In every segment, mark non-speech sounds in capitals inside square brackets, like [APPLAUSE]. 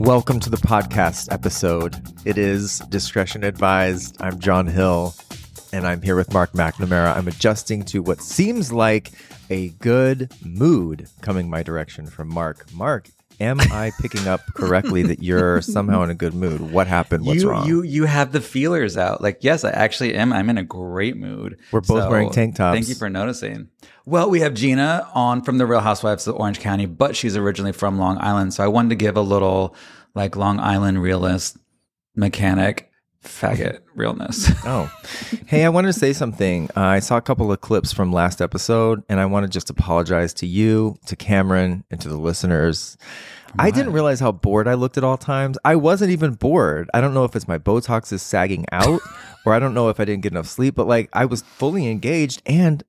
Welcome to the podcast episode. It is discretion advised. I'm John Hill, and I'm here with Mark McNamara. I'm adjusting to what seems like a good mood coming my direction from Mark. Mark, am I picking up correctly that [LAUGHS] you're somehow in a good mood? What happened? What's you, wrong? You you have the feelers out. Like, yes, I actually am. I'm in a great mood. We're both wearing tank tops. Thank you for noticing. Well, we have Gina on from the Real Housewives of Orange County, but she's originally from Long Island. So I wanted to give a little like Long Island realist mechanic [LAUGHS] faggot realness. [LAUGHS] Oh, hey, I wanted to say something. Uh, I saw a couple of clips from last episode, and I want to just apologize to you, to Cameron, and to the listeners. I didn't realize how bored I looked at all times. I wasn't even bored. I don't know if it's my Botox is sagging out, or I don't know if I didn't get enough sleep, but like I was fully engaged and.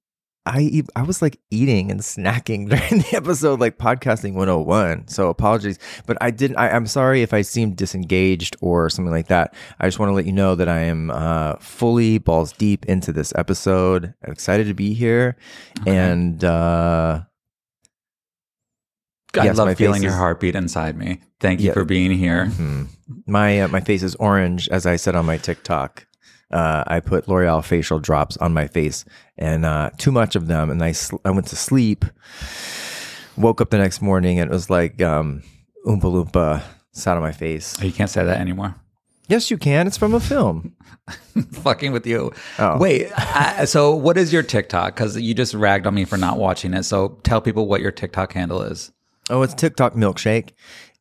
I, e- I was like eating and snacking [LAUGHS] during the episode, like podcasting 101. So apologies, but I didn't. I, I'm sorry if I seemed disengaged or something like that. I just want to let you know that I am uh, fully balls deep into this episode. I'm excited to be here. And uh, I Yes, my face love feeling your is- heartbeat inside me. Thank you Yeah. for being here. hmm, my, uh, my face is orange, as I said on my TikTok. Uh, I put L'Oreal facial drops on my face and uh, too much of them. And I, sl- I went to sleep, woke up the next morning, and it was like um, Oompa Loompa sat on my face. Oh, You can't say that anymore. [LAUGHS] Yes, you can. It's from a film. fucking with you. Oh. Wait, I, so what is your TikTok? Because you just ragged on me for not watching it. So tell people what your TikTok handle is. Oh, it's TikTok milkshake,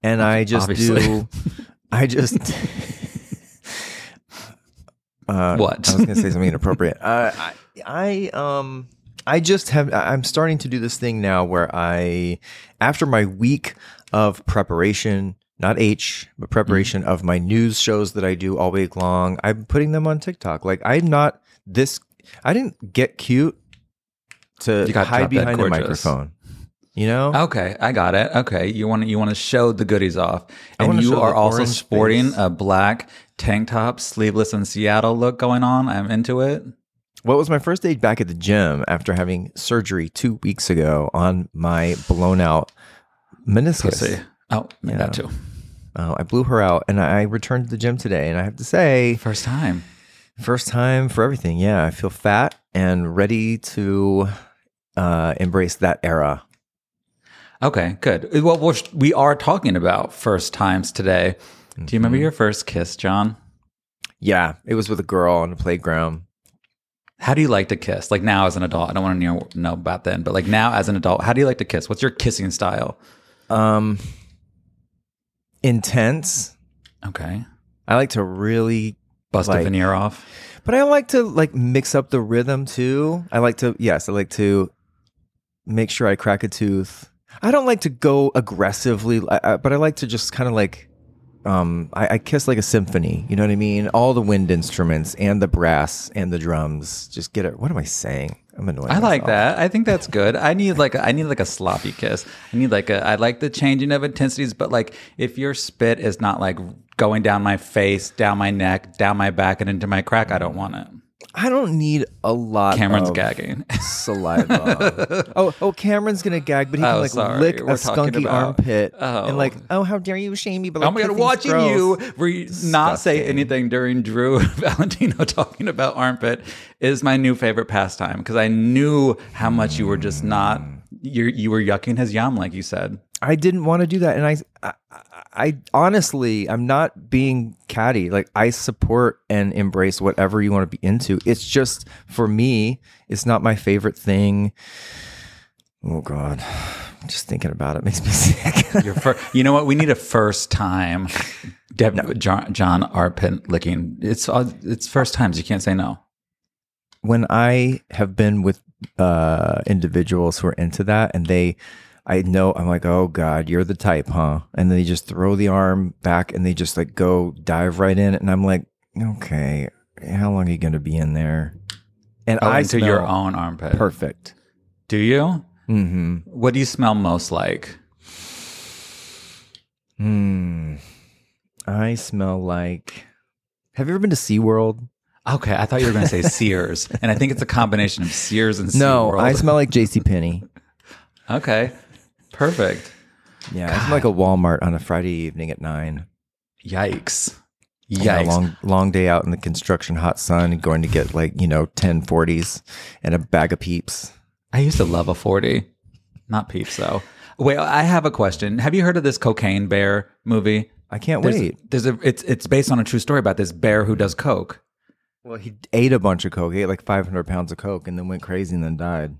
and I just Obviously. do. [LAUGHS] I just. uh, What? I was going to say something inappropriate. Uh, I, I um. I just have. I- I'm starting to do this thing now where I, after my week of preparation, not H, Mm-hmm. but preparation of my news shows that I do all week long, I'm putting them on TikTok. Like I'm not this. I didn't get cute to You got hide drop dead behind a gorgeous. Oh. microphone. You know. Okay, I got it. Okay, you want to you want to show the goodies off, wanna and show you the are also orange sporting face. a black tank top, sleeveless in Seattle look going on. I'm into it. Well, it was my first day back at the gym after having surgery two weeks ago on my blown out meniscus. Pussy. Oh, yeah. that too. Uh, I blew her out and I returned to the gym today. And I have to say, First time. first time for everything. Yeah, I feel fat and ready to uh, embrace that era. Okay, good. Well, we're, we are talking about first times today. Do you remember your first kiss, John? Mm-hmm. Yeah, it was with a girl on the playground. How do you like to kiss? Like now as an adult, I don't want to know, know about then, but like now as an adult, how do you like to kiss? What's your kissing style? Um, intense. Okay. I like to really Bust Like- a veneer off. But I like to like mix up the rhythm too. I like to yes, I like to make sure I crack a tooth. I don't like to go aggressively, I, I, but I like to just kind of like um I, I kiss like a symphony. You know what I mean? All the wind instruments and the brass and the drums. Just get it. What am I saying? I'm annoying. I like myself. that. I think that's good. I need like a, I need like a sloppy kiss. I need like a I like the changing of intensities, but like if your spit is not like going down my face, down my neck, down my back, and into my crack, I don't want it. I don't need a lot. Cameron's of gagging. [LAUGHS] Saliva. oh, oh, Cameron's gonna gag, but he can Oh, like sorry. lick a We're talking skunky about- armpit Oh. and like, oh, how dare you shame me? But like, Oh my god, kissing's watching gross. you re- not say anything during Drew [LAUGHS] Valentino talking about armpit is my new favorite pastime because I knew how much you were just not you you were yucking his yum like you said. I didn't want to do that, and I, I, I honestly, I'm not being catty. Like I support and embrace whatever you want to be into. It's just for me, it's not my favorite thing. Oh God, [SIGHS] just thinking about it makes me [LAUGHS] sick. Your fir- you know what? We need a first time Dev- John, John armpit licking. It's uh, it's first times. You can't say no. when I have been with uh, individuals who are into that, and they, I know, I'm like, oh God, you're the type, huh? And they just throw the arm back, and they just like go dive right in, and I'm like, okay, how long are you going to be in there? And Oh, I into your smell own armpit. perfect. Do you? Mm-hmm. What do you smell most like? Hmm. I smell like. Have you ever been to SeaWorld? Okay, I thought you were going to say Sears, [LAUGHS] and I think it's a combination of Sears and No, SeaWorld. I smell like J.C. Penney. Okay. Perfect. Yeah, it's like a Walmart on a Friday evening at nine. Yikes. Yikes. Yeah, long long day out in the construction, hot sun, going to get like you know ten forties and a bag of peeps. I used to love a 40. Not peeps, though. Wait, I have a question. Have you heard of this Cocaine Bear movie? I can't There's, wait. There's a, it's, it's based on a true story about this bear who does coke. Well, he ate a bunch of coke, he ate like five hundred pounds of coke, and then went crazy and then died.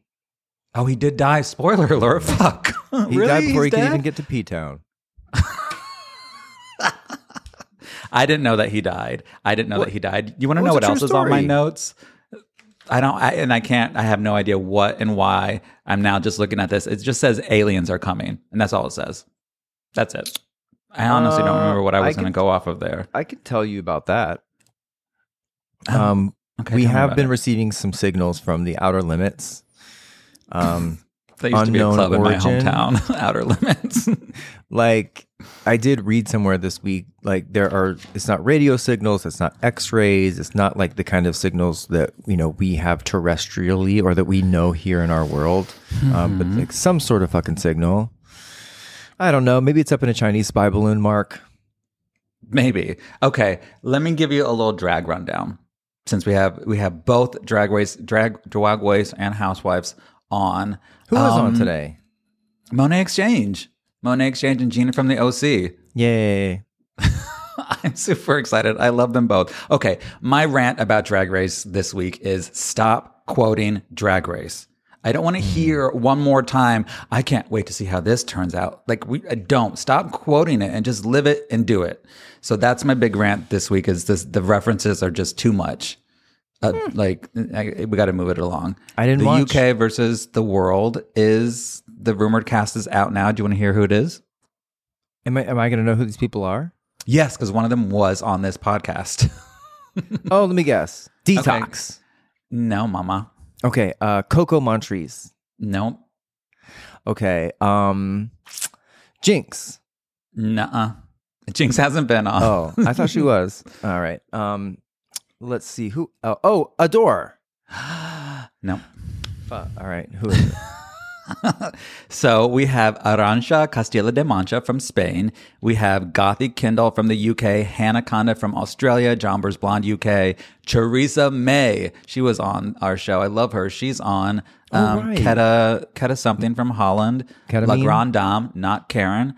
Oh, he did die. Spoiler alert. Fuck. He really? died before He's he could dead? even get to P Town. I didn't know that he died. I didn't know that he died. You want to Well, know it's what a true else is on my story. notes? I don't, I, and I can't, I have no idea what and why. I'm now just looking at this. It just says aliens are coming, and that's all it says. That's it. I honestly don't Uh, remember what I I was going to could- go off of there. I could tell you about that. Oh, Um, Okay, we tell me have about been it. receiving some signals from the outer limits. Um, That used to be a unknown club in origin. my hometown, [LAUGHS] Outer Limits. like I did read somewhere this week, like there are. It's not radio signals. It's not X-rays. It's not like the kind of signals that you know we have terrestrially or that we know here in our world. Um, but Mm-hmm. like some sort of fucking signal. I don't know. Maybe it's up in a Chinese spy balloon, Mark. Maybe. Okay, let me give you a little drag rundown. Since we have we have both drag race, drag drag race and housewives on. Who was on Um, today? Monet Exchange. Monet Exchange and Gina from the OC. Yay! I'm super excited. I love them both. Okay, my rant about Drag Race this week is stop quoting Drag Race. I don't want Mm. to hear one more time. I can't wait to see how this turns out. Like we uh, don't stop quoting it and just live it and do it. So that's my big rant this week. Is this the references are just too much? Uh, Like I, we got to move it along. I Hmm. didn't The watch. UK versus the world is the rumored cast is out now. Do you want to hear who it is? Am I am I going to know who these people are? Yes, because one of them was on this podcast. [LAUGHS] Oh, let me guess. Detox. No, mama. Okay. Uh, Coco Montrese. Nope. Okay. Um, Jinx. Nuh-uh. Jinx hasn't been on. Oh, I thought [LAUGHS] she was. All right. Um, let's see who. Oh, oh Adore. No. Fuck. All right. Who is it? So we have Arantxa Castilla de Mancha from Spain. We have Gothi Kindle from the UK, Hannah Conda from Australia, John Burr's Blonde UK, Theresa May. She was on our show. I love her. She's on um, Oh, right. Keta, Keta something from Holland, La Ketamine? Grande Dame, not Karen.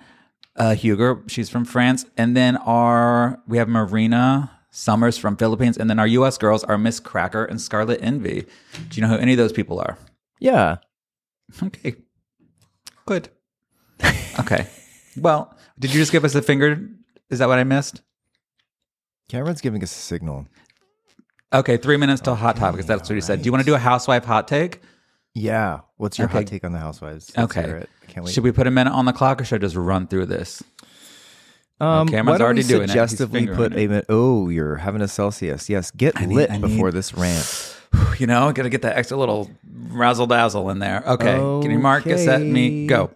Uh, Huger, she's from France. And then our, we have Marina Summers from Philippines. And then our US girls are Miss Cracker and Scarlet Envy. Do you know who any of those people are? [LAUGHS] Yeah. Okay. Good. [LAUGHS] okay. Well, did you just give us a finger? Is that what I missed? Cameron's giving us a signal. Okay, three minutes till hot topics. That's what he said. Do you want to do a housewife hot take? Yeah. What's your Okay. hot take on the Housewives? Let's Okay. hear it. I can't wait. Should we put a minute on the clock or should I just run through this? um, Cameron's why don't already we doing it. He's suggestively fingering put it. a min- Oh, you're having a Celsius. Yes. Get need- lit I need- before this rant. You know, gotta get that extra little razzle dazzle in there. Okay. Can you mark it, set me? Okay. Go.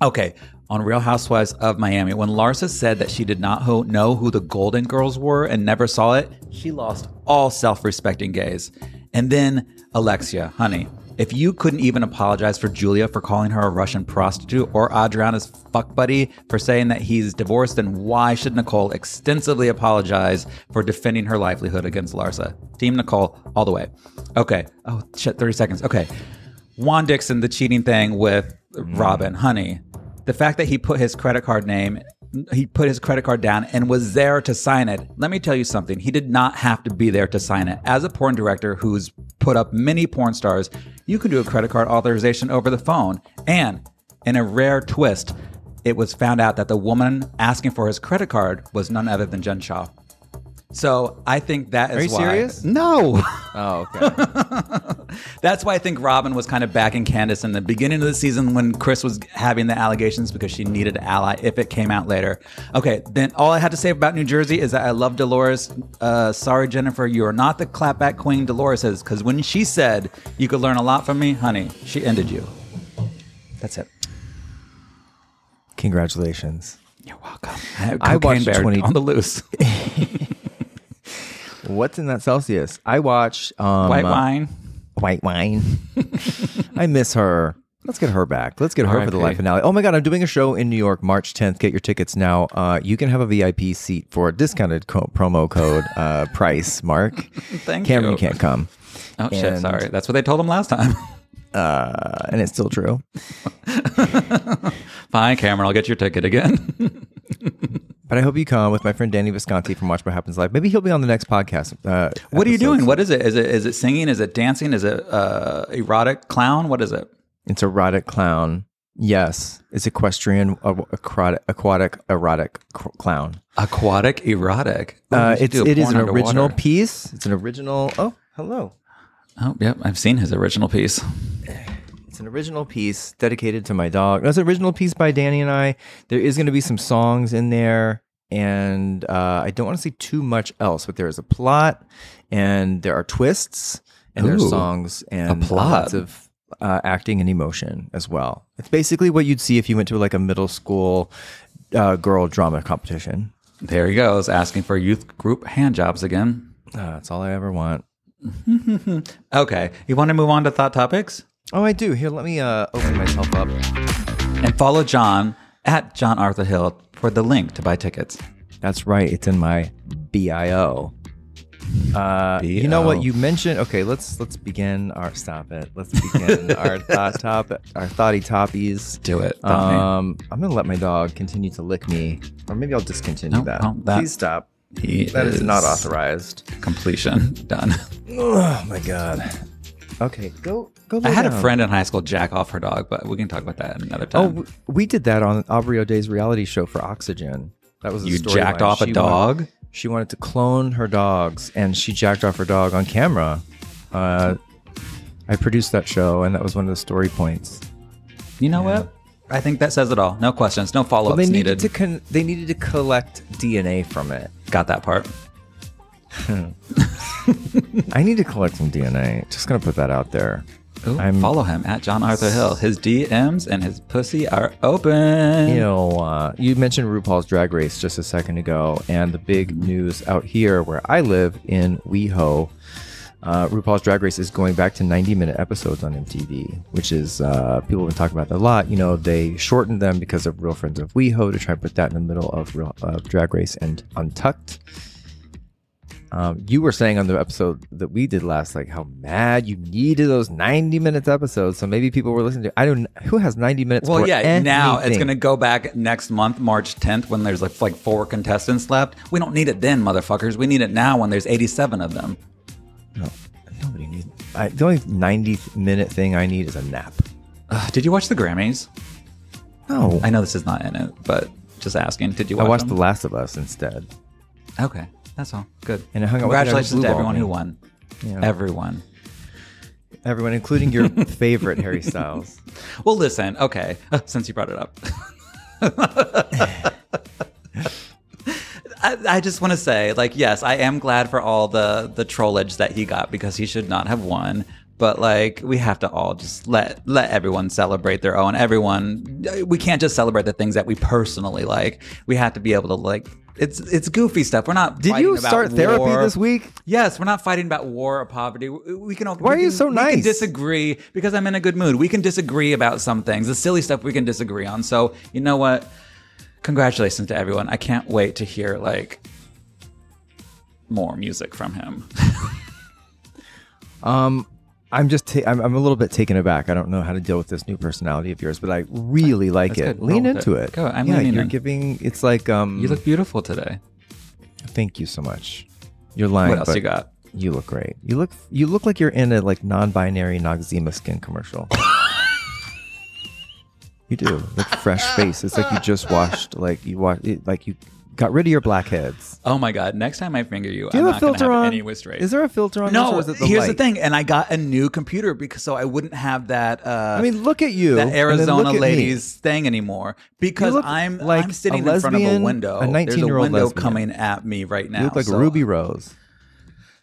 Okay. On Real Housewives of Miami, when Larsa said that she did not ho- know who the Golden Girls were and never saw it, she lost all self respecting gays. And then, Alexia, honey, if you couldn't even apologize for Julia for calling her a Russian prostitute or Adriana's fuck buddy for saying that he's divorced, then why should Nicole extensively apologize for defending her livelihood against Larsa? Team Nicole, all the way. Okay. Oh, shit, 30 seconds. Okay. Juan Dixon, the cheating thing with Mm. Robin, honey. The fact that he put his credit card name, he put his credit card down and was there to sign it. Let me tell you something. He did not have to be there to sign it. As a porn director who's put up many porn stars, you can do a credit card authorization over the phone. And in a rare twist, it was found out that the woman asking for his credit card was none other than Jen Shaw. So I think that is Are you why. serious? No. [LAUGHS] Oh, [LAUGHS] okay. That's why I think Robin was kind of backing Candace in the beginning of the season when Chris was having the allegations because she needed an ally if it came out later. Okay, then all I had to say about New Jersey is that I love Dolores. Uh, sorry, Jennifer, you are not the clapback queen Dolores is because when she said you could learn a lot from me, honey, she ended you. That's it. Congratulations. You're welcome. I, have I Uh, Cocaine watched Bear 20 on [LAUGHS] the loose. What's in that Celsius? I watched um, White uh, [LAUGHS] wine. White wine. I miss her. Let's get her back. Let's get her for the live R.I.P.. finale. Oh my God, I'm doing a show in New York March 10th. Get your tickets now. Uh, you can have a VIP seat for a discounted co- promo code uh, [LAUGHS] price, Mark. Thank Cameron you. can't come. Oh shit! And- Sorry, that's what they told him last time. [LAUGHS] Uh, and it's still true. Fine, Cameron, I'll get your ticket again. But I hope you come with my friend Danny Visconti from Watch What Happens Live. Maybe he'll be on the next podcast. Uh, what are you episode. doing? What is it? Is it is it singing? Is it dancing? Is it uh, erotic clown? What is it? It's erotic clown. Yes, it's equestrian, uh, aquatic, aquatic erotic cr- clown. Aquatic erotic. Ooh, Uh, Oh, we should it's, do a it is porn an original underwater. piece. It's an original. Oh, hello. Oh, yep. I've seen his original piece. It's an original piece dedicated to my dog. That's an original piece by Danny and I. There is going to be some songs in there, and uh, I don't want to say too much else, but there is a plot, and there are twists, and there are Ooh, songs, and plot. lots of uh, acting and emotion as well. It's basically what you'd see if you went to like a middle school uh, girl drama competition. There he goes, asking for youth group hand jobs again. Uh, that's all I ever want. Okay, you want to move on to thought topics Oh, I do. Here, let me uh, open myself up. and follow John at John Arthur Hill for the link to buy tickets. That's right. It's in my bio. Uh, You know BO. what you mentioned? Okay, let's let's begin our stop it. Let's begin [LAUGHS] our thought top our thoughty toppies. Do it. Donnie. Um, I'm gonna let my dog continue to lick me, or maybe I'll discontinue No, that. no, that- Please stop. He That is not authorized. Completion [LAUGHS] done. Oh my god. Okay, go go. I lay had a down. friend in high school jack off her dog, but we can talk about that another Oh, time. w- we did that on Aubrey O'Day's reality show for Oxygen. That was a you storyline. jacked off a She wanted- dog? She wanted to clone her dogs, and she jacked off her dog on camera. Uh, I produced that show, and that was one of the story points. You know what? I think that says it all. No questions, no follow ups Well, they needed needed. to con- they needed to collect DNA from it. Got that part. I need to collect some DNA. Just gonna put that out there. Ooh, I'm- follow him at John Arthur Hill. His DMs and his pussy are open. You know, uh, you mentioned RuPaul's Drag Race just a second ago, and the big Mm-hmm. news out here where I live in WeHo, uh, RuPaul's Drag Race is going back to 90 minute episodes on MTV, which is uh, people have been talking about that a lot. You know, they shortened them because of Real Friends of WeHo to try and put that in the middle of Real, uh, Drag Race and Untucked. Um, you were saying on the episode that we did last, like how mad you needed those 90 minutes episodes. So maybe people were listening to, I don't, who has 90 minutes? Well, for yeah. Now it's anything? gonna go back next month, March 10th, when there's like, like four contestants left. We don't need it then, motherfuckers. We need it now when there's 87 of them. No, nobody needs. I, the only ninety-minute thing I need is a nap. Ugh, did you watch the Grammys? No, I know this is not in it, but just asking. Did you I watch watched The them? Last of Us instead. Okay, that's all. Good. And I hung out with the guy who Congratulations blue to balled everyone me. who won. Yeah. Everyone. Everyone, including [LAUGHS] your favorite Harry Styles. Well, listen. Okay, [LAUGHS] since you brought it up, I, I just want to say, like, yes, I am glad for all the the trollage that he got because he should not have won. But like, we have to all just let let everyone celebrate their own. Everyone, we can't just celebrate the things that we personally like. We have to be able to like. It's it's goofy stuff. We're not. Did fighting you about start therapy war. this week? Yes, we're not fighting about war or poverty. We we can. Why are you so We can nice? disagree because I'm in a good mood. We can disagree about some things. The silly stuff we can disagree on. So you know what? Congratulations to everyone. I can't wait to hear like more music from him. [LAUGHS] Um, I'm just ta- I'm, I'm a little bit taken aback. I don't know how to deal with this new personality of yours, but I really like That's it. good. Lean Roll with into it. it. Go, I'm yeah, leaning you're in. giving. It's like um. You look beautiful today. Thank you so much. You're lying. What else but you got? You look great. You look you look like you're in a like non-binary Noxzema skin commercial. [LAUGHS] you do. Like fresh face. It's like you just washed like you washed it, like you got rid of your blackheads. Oh my god! Next time I finger you, Do I'm you have not a filter gonna have on? any whiz straight. Is there a filter on? this, no, or is it here's the light? thing, and I got a new computer because so I wouldn't have that. Uh, I mean, look at you. that Arizona ladies. ladies thing anymore because look I'm like I'm sitting a in front of a lesbian, window. a There's a 19-year-old window lesbian. coming at me right now. You look like so- Ruby Rose.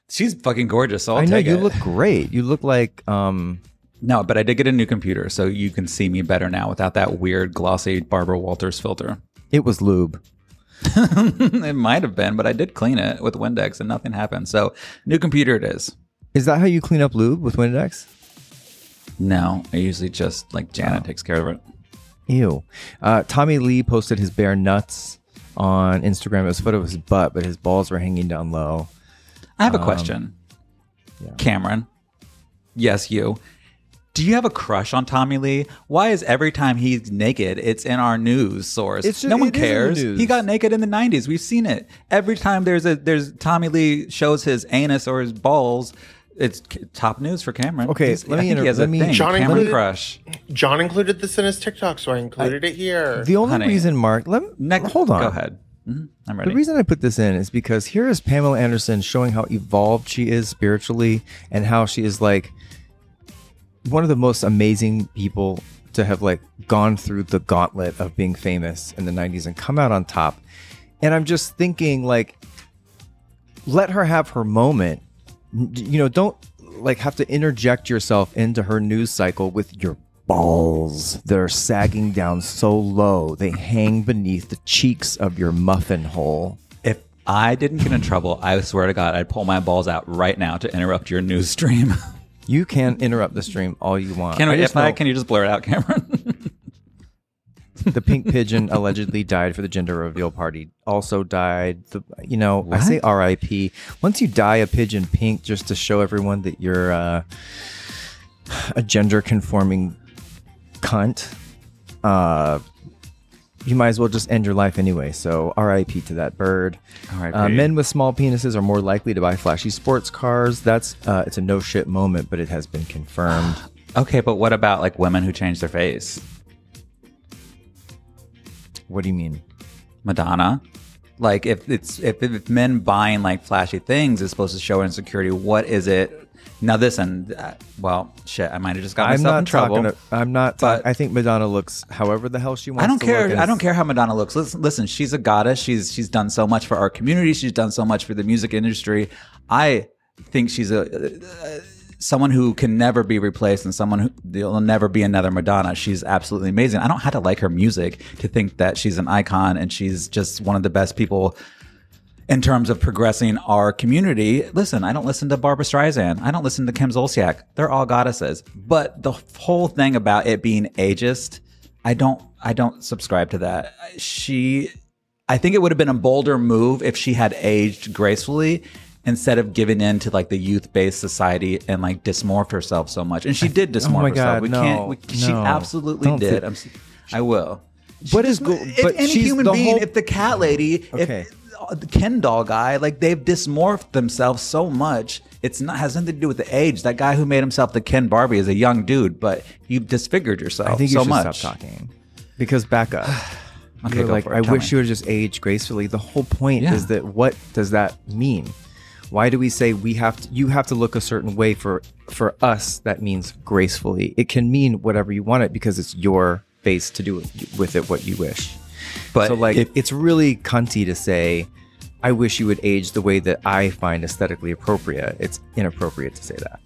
She's fucking gorgeous. So I'll i know take you it. look great. You look like um no, but I did get a new computer, so you can see me better now without that weird glossy Barbara Walters filter. [LAUGHS] it was lube. it might have been, but I did clean it with Windex and nothing happened. So new computer it is. Is that how you clean up lube with Windex? No, I usually just like Janet takes care of it. Ew. Uh, Tommy Lee posted his bare nuts on Instagram. It was a photo of his butt, but his balls were hanging down low. I have a Um, question. Cameron. Yes, you. Do you have a crush on Tommy Lee? Why is every time he's naked, it's in our news source? It's ju- no one it is in the cares. news. He got naked in the '90s. We've seen it. Every time there's a there's Tommy Lee shows his anus or his balls, it's c- top news for Cameron. Okay, He's- let I me think inter- he has a let me- thing, John Cameron included- crush. John included this in his TikTok, so I included it here. The only Honey. reason, Mark, let me, Next, hold on. Go ahead. Mhm, I'm ready. The reason I put this in is because here is Pamela Anderson showing how evolved she is spiritually and how she is like one of the most amazing people to have like gone through the gauntlet of being famous in the 90s and come out on top. And I'm just thinking like let her have her moment. N- You know, don't like have to interject yourself into her news cycle with your balls that are sagging down so low they hang beneath the cheeks of your muffin hole. if I didn't get in trouble, I swear to God, I'd pull my balls out right now to interrupt your news stream. [LAUGHS] You can interrupt the stream all you want. Can I just if I know can, you just blur it out, [LAUGHS] Cameron. the pink pigeon allegedly died for the gender reveal party. Also died. The, you know, I say R.I.P. Once you dye a pigeon pink, just to show everyone that you're uh, a gender conforming cunt, uh, you might as well just end your life anyway. So R.I.P. to that bird. R.I.P.. Uh, men with small penises are more likely to buy flashy sports cars. That's uh, it's a no shit moment, but it has been confirmed. okay, but what about like women who change their face? what do you mean? Madonna. Like if it's if, if men buying like flashy things is supposed to show insecurity, what is it? Now this and uh, well, shit, I might have just got myself in trouble. talking. to- I'm not. But But- I think Madonna looks however the hell she wants. I don't to look, care. and I don't it's- care how Madonna looks. Listen, listen, she's a goddess. She's she's done so much for our community. She's done so much for the music industry. I think she's a uh, someone who can never be replaced, and someone who there'll never be another Madonna. She's absolutely amazing. I don't have to like her music to think that she's an icon and she's just one of the best people in terms of progressing our community, listen, I don't listen to Barbara Streisand. I don't listen to Kim Zolciak. They're all goddesses. But the whole thing about it being ageist, I don't I don't subscribe to that. She I think it would have been a bolder move if she had aged gracefully instead of giving in to like the youth-based society and like dismorph herself so much. And she did dismorph oh my herself. God, we no, can't we, she no. absolutely Don't did. do- I'm, s- I will. But She is just- go- if but any she's- human the being, whole- if the cat lady, Okay. if the Ken doll guy, like they've dismorphed themselves so much, it's not has nothing to do with the age. That guy who made himself the Ken Barbie is a young dude, but you've disfigured yourself I think you so should much. stop talking because back up. [SIGHS] Okay, You're go like for it. I Tell wish me. you would just age gracefully. The whole point Yeah. is that what does that mean? Why do we say we have to, you have to look a certain way for for us? That means gracefully. It can mean whatever you want it because it's your face to do with- with it what you wish. But so like if- it's really cunty to say I wish you would age the way that I find aesthetically appropriate. It's inappropriate to say that.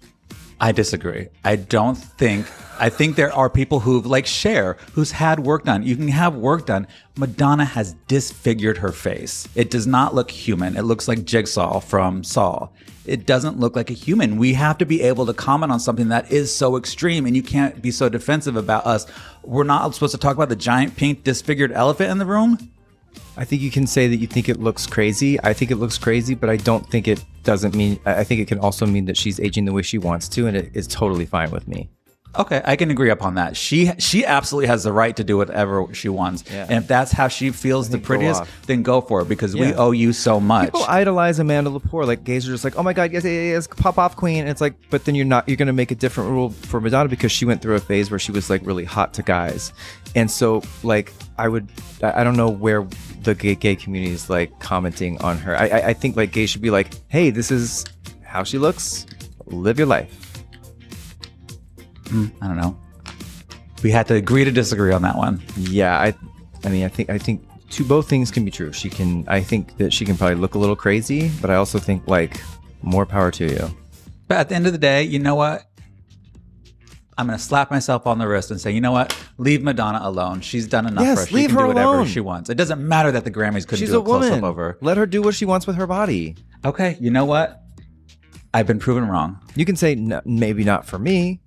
I disagree. I don't think. I think there are people who've like Cher, who's had work done. You can have work done. Madonna has disfigured her face. It does not look human. It looks like Jigsaw from Saw. It doesn't look like a human. We have to be able to comment on something that is so extreme, and you can't be so defensive about us. We're not supposed to talk about the giant pink disfigured elephant in the room. I think you can say that you think it looks crazy. I think it looks crazy, but I don't think it doesn't mean. I I think it can also mean that she's aging the way she wants to, and it is totally fine with me. Okay, I can agree upon that. She she absolutely has the right to do whatever she wants, Yeah. and if that's how she feels the go prettiest, off. then go for it because we Yeah. owe you so much. People idolize Amanda Lepore. Like gays are just like, oh my god, yes, yes, yes, pop off queen. And it's like, but then you're not. You're gonna make a different rule for Madonna because she went through a phase where she was like really hot to guys, and so like I would, I I don't know where the gay gay community is like commenting on her. I I, I think like gays should be like, hey, this is how she looks. Live your life. I don't know. We had to agree to disagree on that one. Yeah, I, I mean, I think I think two both things can be true. She can, I think that she can probably look a little crazy, but I also think like more power to you. But at the end of the day, you know what? I'm gonna slap myself on the wrist and say, you know what? Leave Madonna alone. She's done enough Yes, for us. She leave can her do whatever alone. she wants. It doesn't matter that the Grammys couldn't She's do a a, close woman. up over. Let her do what she wants with her body. Okay, you know what? I've been proven wrong. You can say "No, maybe not for me.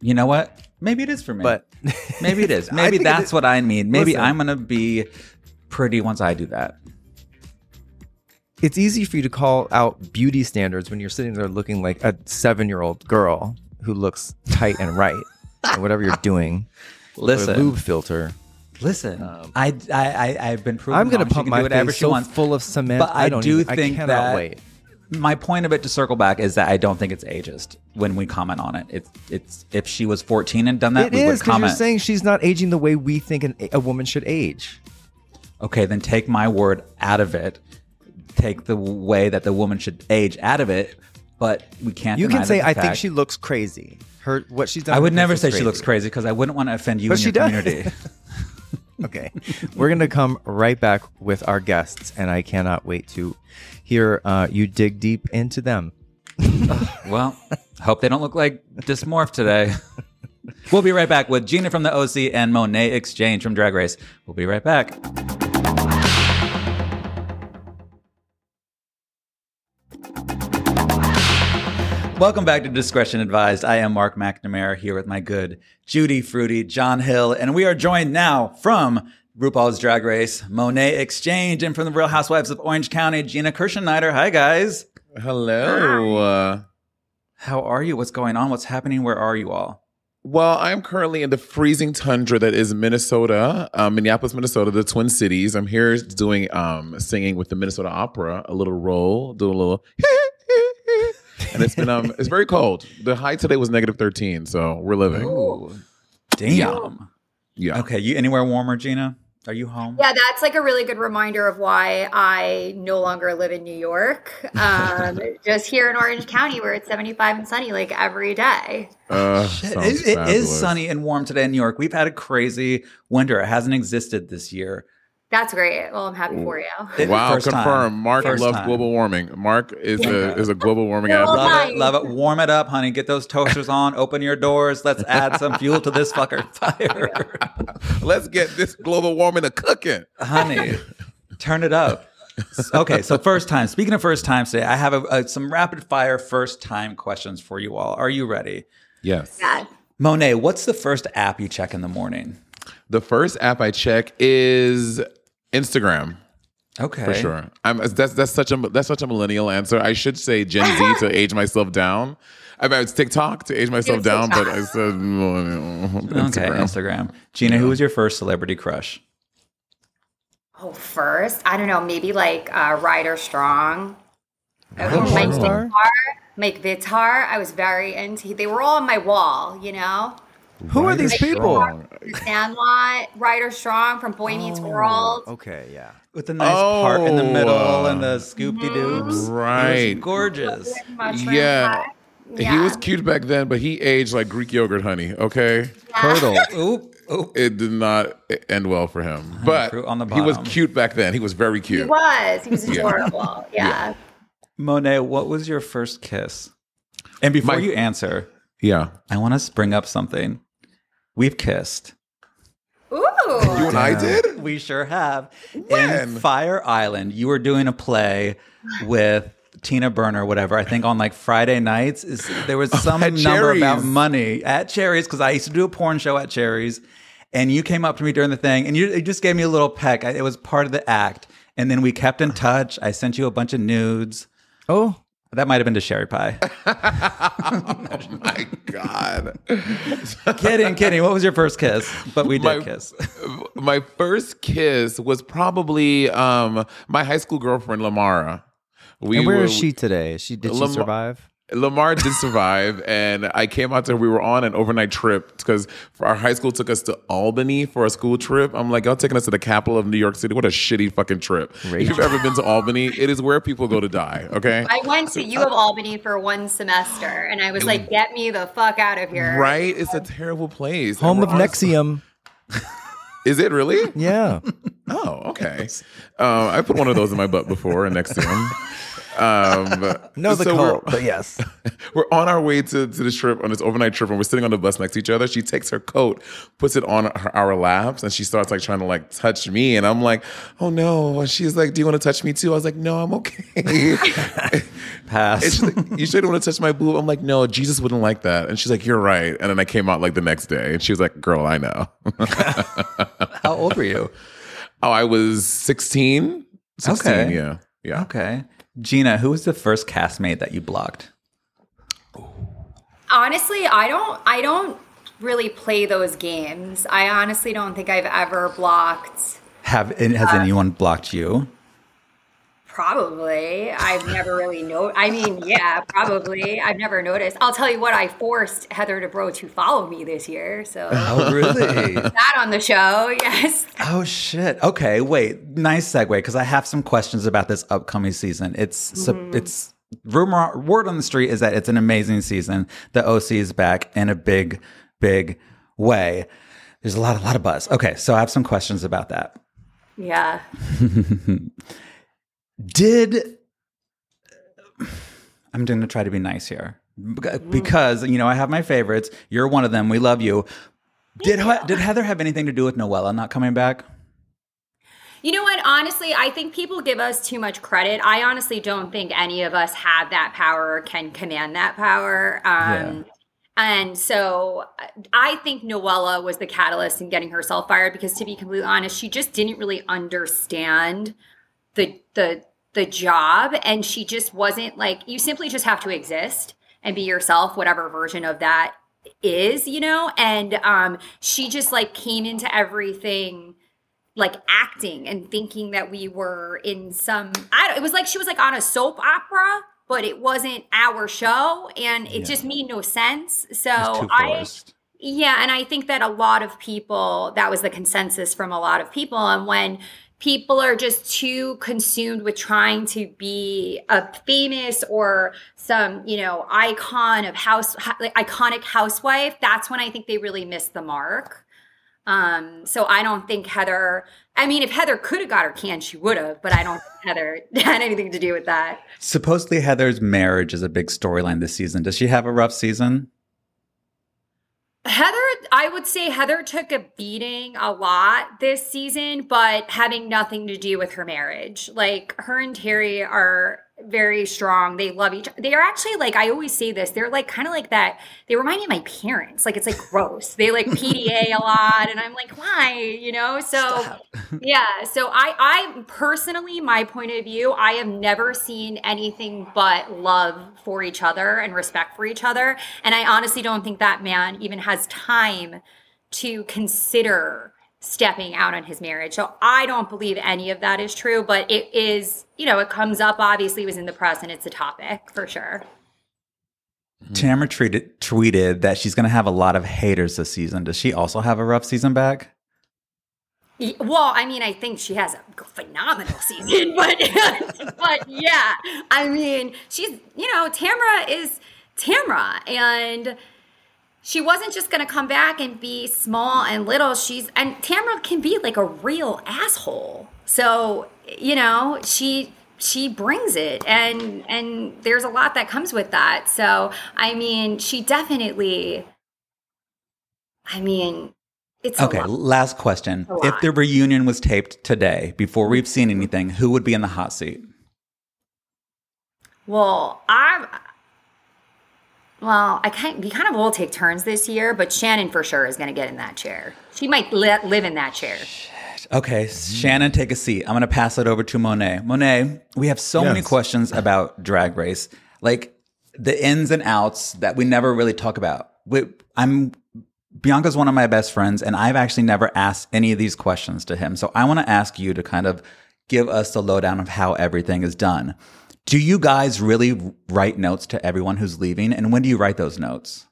you know what? Maybe it is for me. But [LAUGHS] maybe it is. I Maybe think it that's is- what I need. Maybe Listen. I'm gonna be pretty once I do that. it's easy for you to call out beauty standards when you're sitting there looking like a seven year old girl who looks tight and right. or whatever you're doing, with a Listen, lube filter. listen. I, I, I, I've been proven. I'm gonna wrong. She pump can do my whatever face she so wants. full of cement. But I don't do even- I think cannot that- wait. my point of it to circle back is that I don't think it's ageist when we comment on it. It's it's if she was 14 and done that, It we is would because you're comment. saying she's not aging the way we think an, a woman should age. okay, then take my word out of it. Take the way that the woman should age out of it, but we can't. You deny can that say, the "I think fact- she looks crazy." Her what she's done. I her would face never looks say she looks crazy because I wouldn't want to offend you But in she your does. [LAUGHS] community. Okay, we're gonna come right back with our guests, and I cannot wait to hear uh, you dig deep into them. well, hope they don't look like dysmorph today. we'll be right back with Gina from the OC and Monet Exchange from Drag Race. We'll be right back. Welcome back to Discretion Advised. I am Mark McNamara here with my good Judy Fruity, John Hill, and we are joined now from RuPaul's Drag Race, Monet Exchange, and from the Real Housewives of Orange County, Gina Kirschenreiter. Hi, guys. Hello. Uh, How are you? What's going on? What's happening? Where are you all? well, I'm currently in the freezing tundra that is Minnesota, um, Minneapolis, Minnesota, the Twin Cities. I'm here doing um, singing with the Minnesota Opera, a little roll, do a little, [LAUGHS] and it's been um, it's very cold. The high today was negative 13, so we're living. Ooh, damn. Yeah, Okay, you anywhere warmer, Gina? Are you home? Yeah, that's like a really good reminder of why I no longer live in New York. [LAUGHS] Um, just here in Orange County, where it's 75 and sunny like every day. uh, Shit, sounds it- it is fabulous. sunny and warm today in New York. We've had a crazy winter. It hasn't existed this year. That's great. Well, I'm happy Mm. for you. It- Wow, first time. confirm. Mark First loves time. global warming. Mark is Yeah. a is a global warming Well, advocate. Love it, Oh, Nice. love it. Warm it up, honey. Get those toasters on. Open your doors. Let's add some fuel to this [LAUGHS] fucker fire, Let's get this global warming [LAUGHS] a cooking. honey. Turn it up. S- Okay, so first time. Speaking of first times today, I have a, a, some rapid fire first time questions for you all. Are you ready? Yes. Yeah. Monet, what's the first app you check in the morning? The first app I check is Instagram. Okay. For sure. I'm that's that's such a that's such a millennial answer. I should say Gen Z [LAUGHS] to age myself down. I mean, it's TikTok to age myself Yeah, down, but TikTok. I said mm, Okay, Instagram. Instagram. Gina, who was your first celebrity crush? Oh, first, I don't know, maybe like uh, Ryder Strong. Ryder Or Mike Strong? Vitar. Mike Vitar. I was very into. They were all on my wall, [LAUGHS] you know. Who are these people? The Sandlot, Ryder Strong from Boy Meets World. Okay, yeah. With the nice part in the Oh, middle uh, and the scoop de doops. He Right. was gorgeous. Mushroom Yeah. Pie. He Yeah. was cute back then, but he aged like Greek yogurt, honey. Okay, Curdled. Oop, oop. it did not end well for him. But fruit on the he was bottom. cute back then. He was very He cute. was. He was [LAUGHS] adorable. yeah. Monet, what was your first kiss? And before My- you answer, Yeah, I want to bring up something. We've kissed. you Ooh. and I did. [LAUGHS] [LAUGHS] We sure have. In When? Fire Island, you were doing a play with Tina Burner, whatever. I think on like Friday nights, is, there [LAUGHS] was some Oh, at number about Cherry's. money at Cherry's because I used to do a porn show at Cherry's, and you came up to me during the thing and you, you just gave me a little peck. I, it was part of the act, and then we kept in touch. I sent you a bunch of nudes. Oh, That might have been to Sherry Pie. Oh My God. [LAUGHS] kidding, kidding. What was your first kiss? But we did My- kiss. [LAUGHS] my first kiss was probably um my high school girlfriend Lamara. We and where were- is she today? Is She did she Lamar- survive? Lamar [LAUGHS] did survive, and I came out to her. We were on an overnight trip because our high school took us to Albany for a school trip. I'm like, y'all taking us to the capital of New York City? What a shitty fucking trip! If you've ever been to Albany, it is where people go to die. Okay, [LAUGHS] I went to U of Albany for one semester, and I was like, "Get me the fuck out of here!" right? It's a terrible place. Home And of we're on- Nexium. Is it really? [LAUGHS] Yeah. Oh, okay. Uh, I put one of those in my butt before, and next to him. Um, No, the so cult, we're- but yes. [LAUGHS] We're on our way to, to the trip on this overnight trip, and we're sitting on the bus next to each other. She takes her coat, puts it on her, our laps, and she starts like trying to like touch me, and I'm like, "Oh no!" And she's like, "Do you want to touch me too?" I was like, "No, I'm okay." [LAUGHS] Pass. And she's like, you sure don't want to touch my boob? I'm like, no, Jesus wouldn't like that. And she's like, you're right. And then I came out like the next day, and she was like, girl, I know. [LAUGHS] How old were you? oh, I was 16. 16, Okay. yeah. Yeah. Okay. Gina, who was the first castmate that you blocked? honestly i don't i don't really play those games i honestly don't think i've ever blocked Have has anyone blocked you? probably i've never really know i mean yeah probably i've never noticed i'll tell you what i forced heather debro to follow me this year so Oh really? [LAUGHS] that on the show yes oh shit. Okay, wait. Nice segue because I have some questions about this upcoming season. It's sup- it's rumor word on the street is that it's an amazing season. The OC is back in a big, big way. There's a lot, a lot of buzz. Okay, so I have some questions about that. yeah did i'm going to try to be nice here Bec- Mm-hmm. because you know i have my favorites you're one of them we love you did he- did heather have anything to do with noella not coming back You know what? Honestly, I think people give us too much credit. I honestly don't think any of us have that power or can command that power. Um, And so uh, I think Noella was the catalyst in getting herself fired because, to be completely honest, she just didn't really understand the the the job and she just wasn't like you simply just have to exist and be yourself whatever version of that is you know and um she just like came into everything like acting and thinking that we were in some I don't it was like she was like on a soap opera but it wasn't our show and it just made no sense so It's too Oh, i forced. yeah, and I think that a lot of people, that was the consensus from a lot of people. And when people are just too consumed with trying to be a famous or some, you know, icon of house, like iconic housewife, that's when I think they really miss the mark. Um, so I don't think Heather, I mean, if Heather could have got her can, she would have, but I don't think Heather [LAUGHS] had anything to do with that. supposedly heather's marriage is a big storyline this season does she have a rough season Heather, I would say Heather took a beating a lot this season, but having nothing to do with her marriage. Like her and Terry are very strong. They love each They are actually like I always say this. They're like kind of like that. They remind me of my parents. Like it's like gross. They like PDA a lot, and I'm like, why? You know. So yeah. So I, I personally, my point of view, I have never seen anything but love for each other and respect for each other. And I honestly don't think that man even has time to consider stepping out on his marriage. So I don't believe any of that is true, but it is, you know, it comes up obviously it was in the press and it's a topic for sure. Mm-hmm. tamara tweeted, tweeted that she's going to have a lot of haters this season does she also have a rough season back Y- Well, I mean, I think she has a g- phenomenal season, [LAUGHS] but but yeah, I mean, she's you know, Tamra is Tamra, and she wasn't just gonna come back and be small and little. She's and Tamra can be like a real asshole. So you know, she she brings it, and and there's a lot that comes with that. So I mean, she definitely. I mean, it's a Okay, lot. last question. A If lot. Mm-hmm. the reunion was taped today, before we've seen anything, who would be in the hot seat? Well, I'm. Well, I kind we kind of will take turns this year, but Shannon for sure is going to get in that chair. She might li- live in that chair. Okay, Shannon, take a seat. I'm going to pass it over to Monet. Monet, we have so many Yes. questions about Drag Race, like the ins and outs that we never really talk about. We, I'm Bianca's one of my best friends, and I've actually never asked any of these questions to him. So I want to ask you to kind of give us the lowdown of how everything is done. Do you guys really write notes to everyone who's leaving, and when do you write those notes?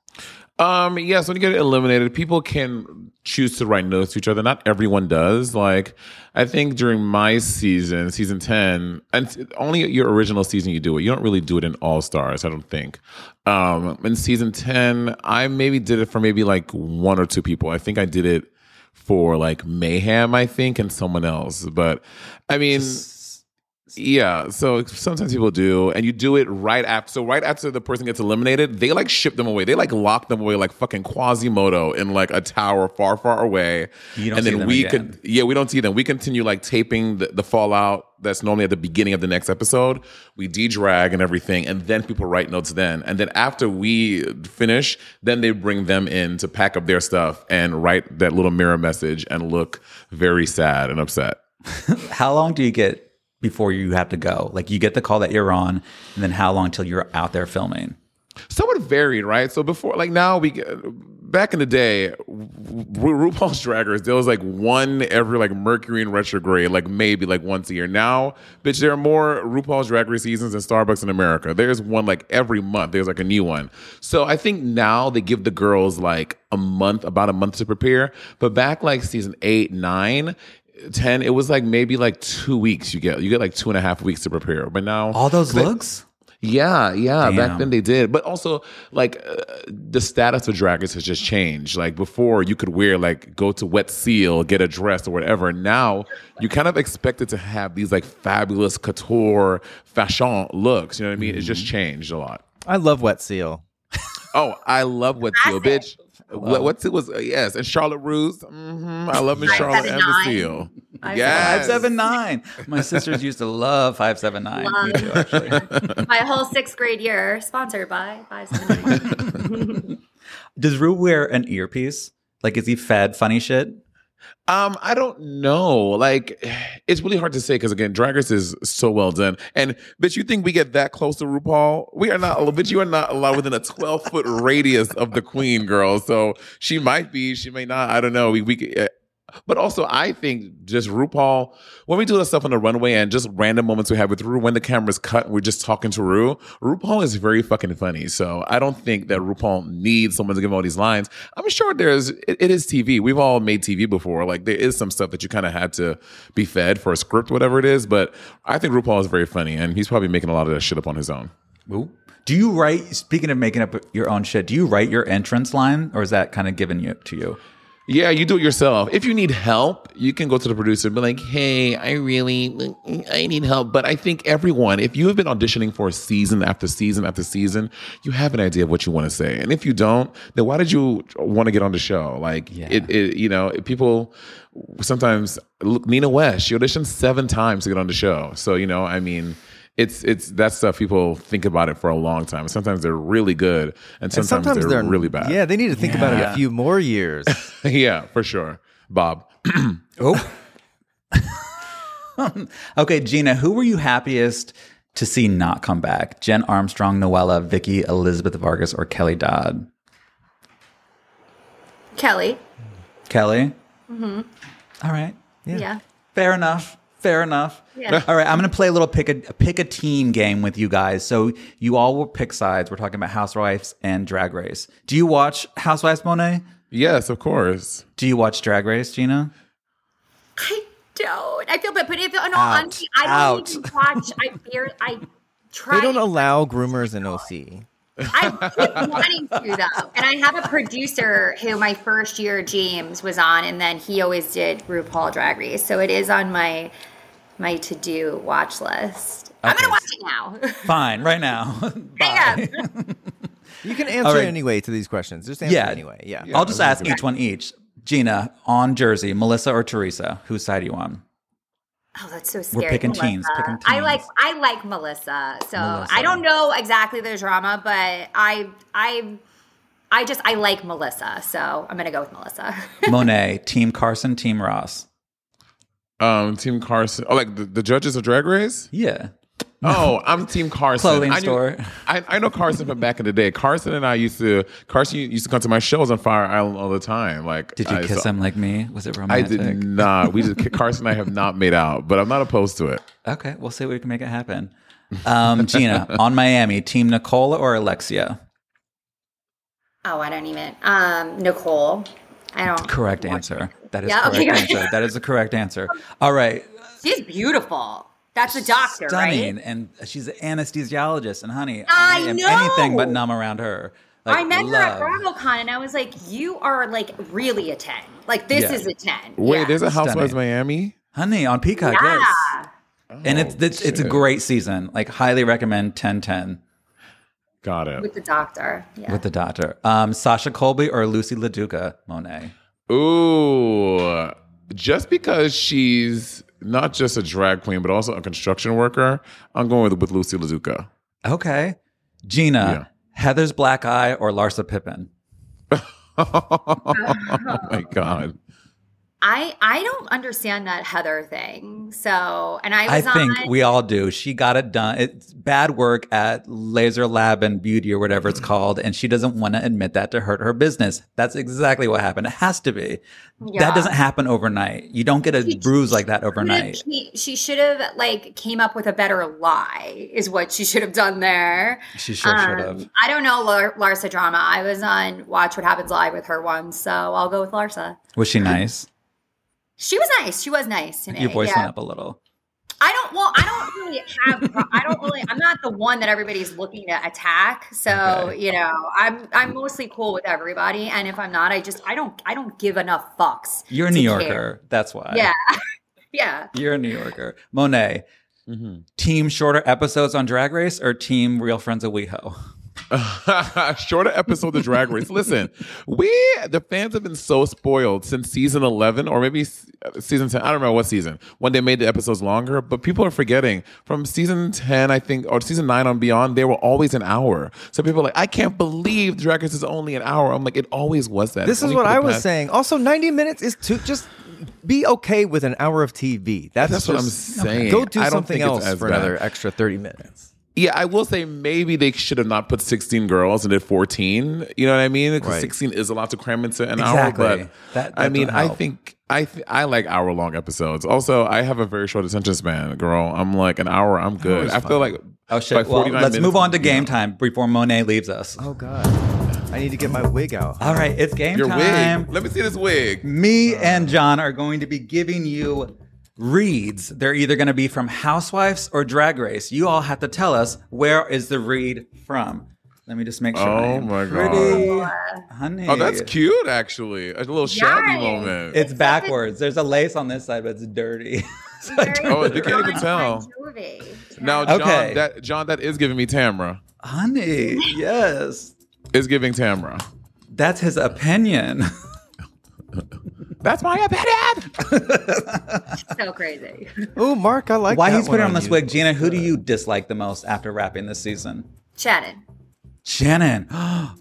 Um, yes, when you get eliminated, people can choose to write notes to each other. Not everyone does. Like, I think during my season, season 10, and t- only your original season you do it. You don't really do it in All Stars, I don't think. Um, in season 10, I maybe did it for maybe like one or two people. I think I did it for like Mayhem, I think, and someone else. But I mean, games. Yeah, so sometimes people do, and you do it right after. So right after the person gets eliminated, they like ship them away. They like lock them away, like fucking Quasimodo, in like a tower far, far away. You don't and see then them we again. could, yeah, we don't see them. We continue like taping the, the fallout that's normally at the beginning of the next episode. We de-drag and everything, and then people write notes. Then and then after we finish, then they bring them in to pack up their stuff and write that little mirror message and look very sad and upset. How long do you get before you have to go? Like you get the call that you're on, and then how long till you're out there filming? So it varied, right? So before, like now, we back in the day, Ru- RuPaul's Drag Race, there was like one every like Mercury in retrograde, like maybe like once a year. Now, bitch, there are more RuPaul's Drag Race seasons than Starbucks in America. There's one like every month. There's like a new one. So I think now they give the girls like a month, about a month to prepare. But back like season eight, nine. 10 it was like maybe like two weeks you get you get like two and a half weeks to prepare but now All those They- looks? yeah, yeah. Back Damn. then they did, but also like uh, the status of drag race has just changed. Like before, you could wear like go to Wet Seal, get a dress or whatever. Now you kind of expected to have these like fabulous couture fashion looks. You know what I mean? It's Mm-hmm. just changed a lot. I love Wet Seal. Oh, I love Wet Seal, bitch. Classic. Wet, Wet Seal was uh, yes, and Charlotte Ruse. hmm I love Miss Five Charlotte seven and the nine. Seal. Five Yes. Five seven nine. My sisters used to love five seven nine. Me too, actually. My whole sixth grade year, sponsored by by Seven Nine. Does Rue wear an earpiece? Like is he fed funny shit? Um, I don't know. Like, [SIGHS] it's really hard to say because again, Drag Race is so well done. And bitch, you think we get that close to RuPaul? We are not. Bitch, you are not allowed within a twelve foot radius of the queen, girl. So she might be, she may not. I don't know. We we. Uh, but also, I think just RuPaul, when we do the stuff on the runway and just random moments we have with Ru, when the camera's cut and we're just talking to Ru, RuPaul is very fucking funny. So I don't think that RuPaul needs someone to give him all these lines. I'm sure there's, it, it is TV. We've all made TV before. Like there is some stuff that you kind of had to be fed for a script, whatever it is. But I think RuPaul is very funny and he's probably making a lot of that shit up on his own. Ooh. Do you write speaking of making up your own shit, do you write your entrance line or is that kind of given you to you? Yeah, you do it yourself. If you need help, you can go to the producer and be like, "Hey, I really I need help." But I think everyone, if you have been auditioning for season after season after season, you have an idea of what you want to say. And if you don't, then why did you want to get on the show? Like it, it, you know, people sometimes look Nina West, she auditioned 7 times to get on the show. So, you know, I mean, it's it's that stuff people think about it for a long time. Sometimes they're really good and And sometimes, they're, really bad. Yeah, they need to think about it Yeah. a few more years. [LAUGHS] yeah, for sure. Bob Oh. [LAUGHS] okay, Gina, who were you happiest to see not come back? Jen Armstrong, Noella, Vicky, Elizabeth Vargas, or Kelly Dodd? Kelly. Kelly? All right. Yeah. Fair enough. Fair enough. Yeah. All right, I'm going to play a little pick a pick a team game with you guys. So you all will pick sides. We're talking about Housewives and Drag Race. Do you watch Housewives, Monet? Yes, of course. Do you watch Drag Race, Gina? I don't. I feel bad, but if in all Out. honesty, I don't Out. even watch. I fear. I try. they don't allow groomers in OC. I keep wanting to though, and I have a producer who my first year James was on, and then he always did RuPaul Drag Race, so it is on my my to do watch list. I'm Okay. gonna watch it now. [LAUGHS] Fine, right now. [LAUGHS] I Bye. am. You can answer right. anyway to these questions. Just answer anyway. Yeah. I'll just ask each one each. Gina, on Jersey, Melissa or Teresa, whose side are you on? Oh, that's so scary. picking teams, Melissa. picking I like teams. I like Melissa. So Melissa. I don't know exactly the drama, but I I I just I like Melissa, so I'm gonna go with Melissa. [LAUGHS] Monet, Team Carson, Team Ross. Um, Team Carson. Oh, like the, the judges of [LAUGHS] Drag Race. Yeah. Oh, I'm Team Carson. Clothing I knew- store. I, I know Carson from back in the day. Carson and I used to. Carson used to come to my shows on Fire Island all the time. Like, Did you I, kiss so- him like me? Was it I romantic? did not. We just [LAUGHS] Carson and I have not made out, but I'm not opposed to it. Okay, we'll see what we can make it [LAUGHS] happen. Um, Gina, on Miami, Team Nicola or Alexia? oh, I don't even um Nicole. I don't Correct answer. That is Yeah, correct okay, right. answer. That is the correct answer. All right. She's beautiful. That's a doctor, Stunning. right? And she's an anesthesiologist. And honey, I am know! anything but numb around her. Like, I met love. her at BravoCon and I was like, you are like really a 10. Like this Yeah. is a 10. Wait, Yeah. there's a Housewives Stunning. Miami. Oh, Honey, on Peacock, yeah. yes. and it's it's, it's a shit. great season. Like highly recommend 1010 Got it. with the doctor. Yeah. with the doctor. Um, Sasha Colby or Lucy LaDuca Monet. Ooh, just because she's not just a drag queen but also a construction worker, I'm going with, with Lucy Lazuka. Okay. Gina, Heather's Black Eye or Larsa Pippen. [LAUGHS] oh my god! I I don't understand that Heather thing. So, and I I was think on we all do. She got it done. It's bad work at Laser Lab and Beauty or whatever it's called, and she doesn't want to admit that to hurt her business. That's exactly what happened. It has to be. Yeah. That doesn't happen overnight. You don't get a She- bruise like that Should've overnight. ke- She should have like came up with a better lie, is what she should have done there. She sure should Um, have. I don't know Lar- Larsa drama. I was on Watch What Happens Live with her once, so I'll go with Larsa. Was she nice? She was nice. She was nice to me. Your voice yeah. went up a little. I don't. Well, I don't really have. pro- I don't really. I'm not the one that everybody's looking to attack. So Okay. you know, I'm I'm mostly cool with everybody, and if I'm not, I just I don't I don't give enough fucks. You're a to New care. Yorker. That's why. Yeah, yeah. You're a New Yorker. Monet, Mm-hmm. team shorter episodes on Drag Race or team Real Friends of WeHo? [LAUGHS] Shorter episode of Drag Race. Listen, we the fans have been so spoiled since season eleven, or maybe s- uh, season ten. I don't remember what season when they made the episodes longer, but people are forgetting from season ten, I think, or season nine on beyond. They were always an hour. So people are like, I can't believe Drag Race is only an hour. I'm like, it always was that. This is Only for what the I was past- saying. Also, 90 minutes is too just be okay with an hour of TV. That's, That's what I'm just- saying. Go do I don't something think it's else as for bad. another extra 30 minutes. Yeah, I will say maybe they should have not put 16 girls and did 14. You know what I mean? Because Right. 16 is a lot to cram into an Exactly. hour. But That- that I mean, don't I help. think I th- I like hour long episodes. Also, I have a very short attention span, girl. I'm like an hour, I'm good. I feel like Oh by shit! Well, 49 let's move minutes, on to you game know. time before Monet leaves us. Oh god. I need to get my wig out. All right, it's game Your time. wig. Let me see this wig. Me and John are going to be giving you reads. They're either going to be from Housewives or Drag Race. You all have to tell us where is the read from. Let me just make sure. I Oh am my pretty. god. honey. Oh, that's cute actually. A little shaggy Yikes. moment. It's backwards. There's a lace on this side, but it's dirty. [LAUGHS] So [LAUGHS] I Very don't- Oh, you can't even John tell. Jovi. now, Yeah. John, Okay. that John, that is giving me Tamra. honey, yes, Is giving Tamra. that's his opinion. That's my opinion. so crazy. Oh, Mark, [LAUGHS] I like Why that he's putting one on this you. wig, Gina? Who do you dislike the most after wrapping this season? Shannon. Shannon.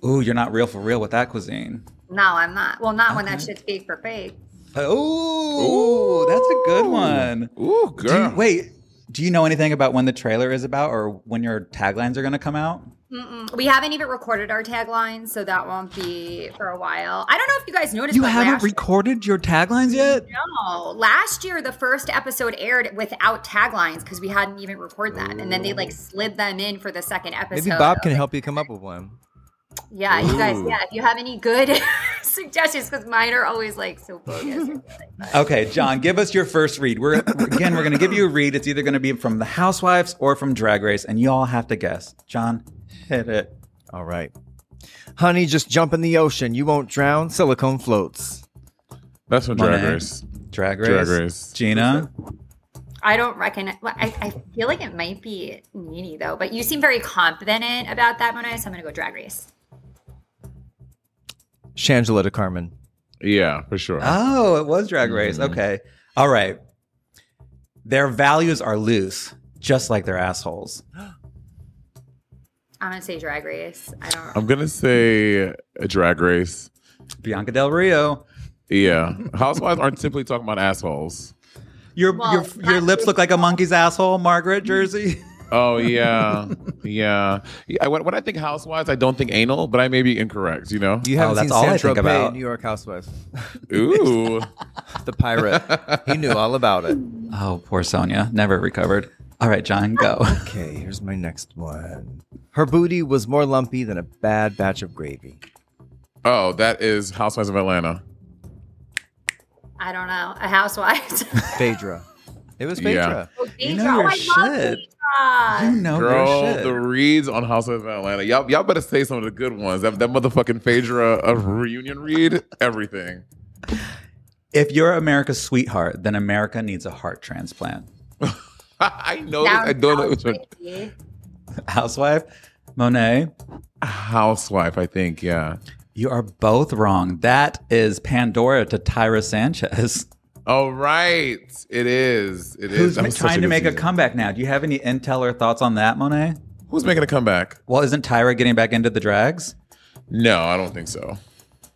[GASPS] Ooh, you're not real for real with that cuisine. No, I'm not. Well, not when that shit's fake for fake. Ooh, that's a good one. Ooh, Do you- girl. wait, do you know anything about when the trailer is about or when your taglines are going to come out? Mm-mm. We haven't even recorded our tagline, so that won't be for a while. I don't know if you guys noticed. You but haven't last- recorded your taglines yet? No, Oh, last year the first episode aired without taglines because we hadn't even recorded them, and then they like slid them in for the second episode. Maybe Bob can help you come up with one. Yeah, you guys. Ooh. Yeah, if you have any good [LAUGHS] suggestions, because mine are always like so bogus. Okay, John, give us your first read. We're again, we're going to give you a read. It's either going to be from The Housewives or from Drag Race, and you all have to guess. John, hit it. All right. Honey, just jump in the ocean. You won't drown. Silicone floats. That's from Drag Monet. Race. Drag Race. Drag Race. Gina. I don't reckon. Well, I, I feel like it might be Nini though, but you seem very confident about that, Monet. So I'm gonna go Drag Race. Shangela to Carmen. Yeah, for sure. Oh, it was Hmm. Drag Race. Okay. All right. Their values are loose, just like their assholes. I'm gonna say Drag Race. I don't. I'm gonna say a drag race. Bianca Del Rio. Yeah, housewives aren't simply talking about assholes. Your Well, your your that- lips look like a monkey's asshole, Margaret Jersey. [LAUGHS] Oh yeah, yeah. yeah I- when, when I think housewives, I don't haven't think anal, but I may be incorrect. You know? You Oh, haven't that's seen all I San think Tropez about. in New York Housewives. [LAUGHS] Ooh, The pirate. [LAUGHS] he knew all about it. Oh, poor Sonia. Never recovered. All right, John, go. [LAUGHS] Okay, here's my next one. Her booty was more lumpy than a bad batch of gravy. oh, that is Housewives of Atlanta. I don't know. A housewife. Phaedra. It was Yeah. Phaedra. [LAUGHS] Oh, You Deidre. know your oh, I love shit. Deidre. You know your Girl, Oh, shit. the reads on Housewives of Atlanta. Y'all, y'all better say some of the good ones. That, that motherfucking Phaedra of reunion read. Everything. [LAUGHS] if you're America's sweetheart, then America needs a heart transplant. [LAUGHS] I know. Now- I don't know. Which one. now- Housewife, Monet, Housewife, I think. Yeah. you are both wrong. That is Pandora to Tyra Sanchez, [LAUGHS] All Oh, right. It is. It is. who's That was such trying to good make a season. comeback now. Do you have any intel or thoughts on that, Monet? Who's making a comeback? Well, isn't Tyra getting back into the drags? No, I don't think so.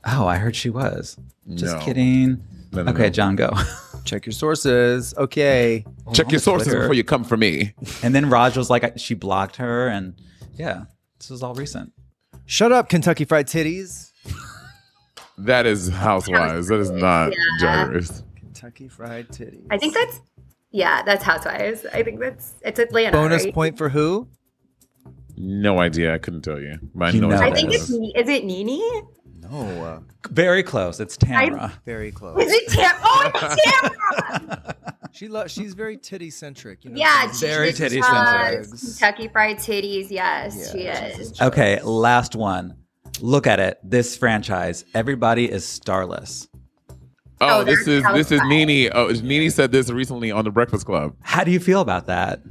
Oh, I heard she was. Just No. kidding. No, no, okay, no. John, go. [LAUGHS] Check your sources. Okay. Check your sources Twitter. before you come for me. and then Raj was like, I- she blocked her, and yeah, this was all recent. Shut up, Kentucky Fried Titties. That is housewives. That is not Yeah. Jairus. Kentucky Fried Titties. I think that's yeah, that's Housewives. I think that's it's Atlanta. Bonus right? point for who? No idea. I couldn't tell you. But I You know, know I know think Yes. it's Ni- is it Nini? No. Uh, Very close. It's Tamara. very Is close. [LAUGHS] it Tam? Oh, [LAUGHS] it's Tamara. She lo- she's very titty centric. You know, yeah, she's- she Very is, titty uh, centric. Kentucky Fried Titties. Yes, Yeah, Uh, she she's is. a Okay, choice. last one. Look at it. This franchise. Everybody is starless. Oh, Oh, this they're is this is housewives. Nene. Oh, Nene said this recently on the Breakfast Club. How do you feel about that?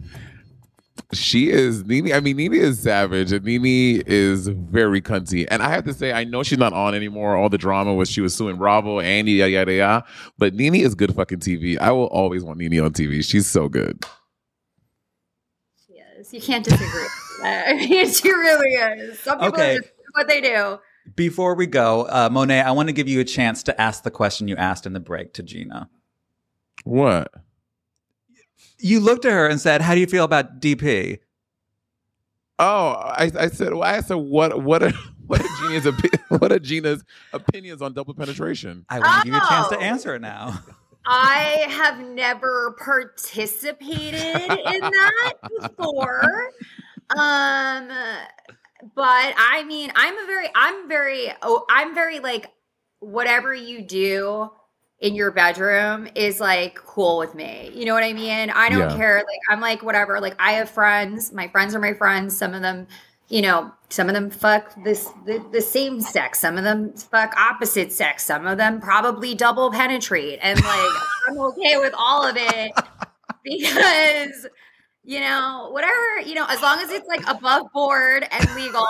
She is Nene. I mean, Nene is savage, and Nene is very cunty. And I have to say, I know she's not on anymore. All the drama was she was suing Bravo, Andy, yada yada yada. But Nene is good fucking TV. I will always want Nene on TV. She's so good. She is. You can't disagree. with that. [LAUGHS] I mean, she really is. Some people Okay. are just what they do. Before we go, uh, Monet, I want to give you a chance to ask the question you asked in the break to Gina. What? You looked at her and said, How do you feel about DP? Oh, I, I said. Well, I said what? What are [LAUGHS] what are Gina's opi- [LAUGHS] what are Gina's opinions on double penetration? I want to give you a chance to Oh. answer [LAUGHS] it now. I have never participated in that before. Um but I mean, I'm a very I'm very oh, I'm very like whatever you do in your bedroom is like cool with me. You know what I mean? I don't Yeah. care like I'm like whatever. Like I have friends, my friends are my friends. Some of them you know, some of them fuck this the, the same sex, some of them fuck opposite sex, some of them probably double penetrate, and [LAUGHS] like I'm okay with all of it because you know whatever you know as long as it's like above board and legal,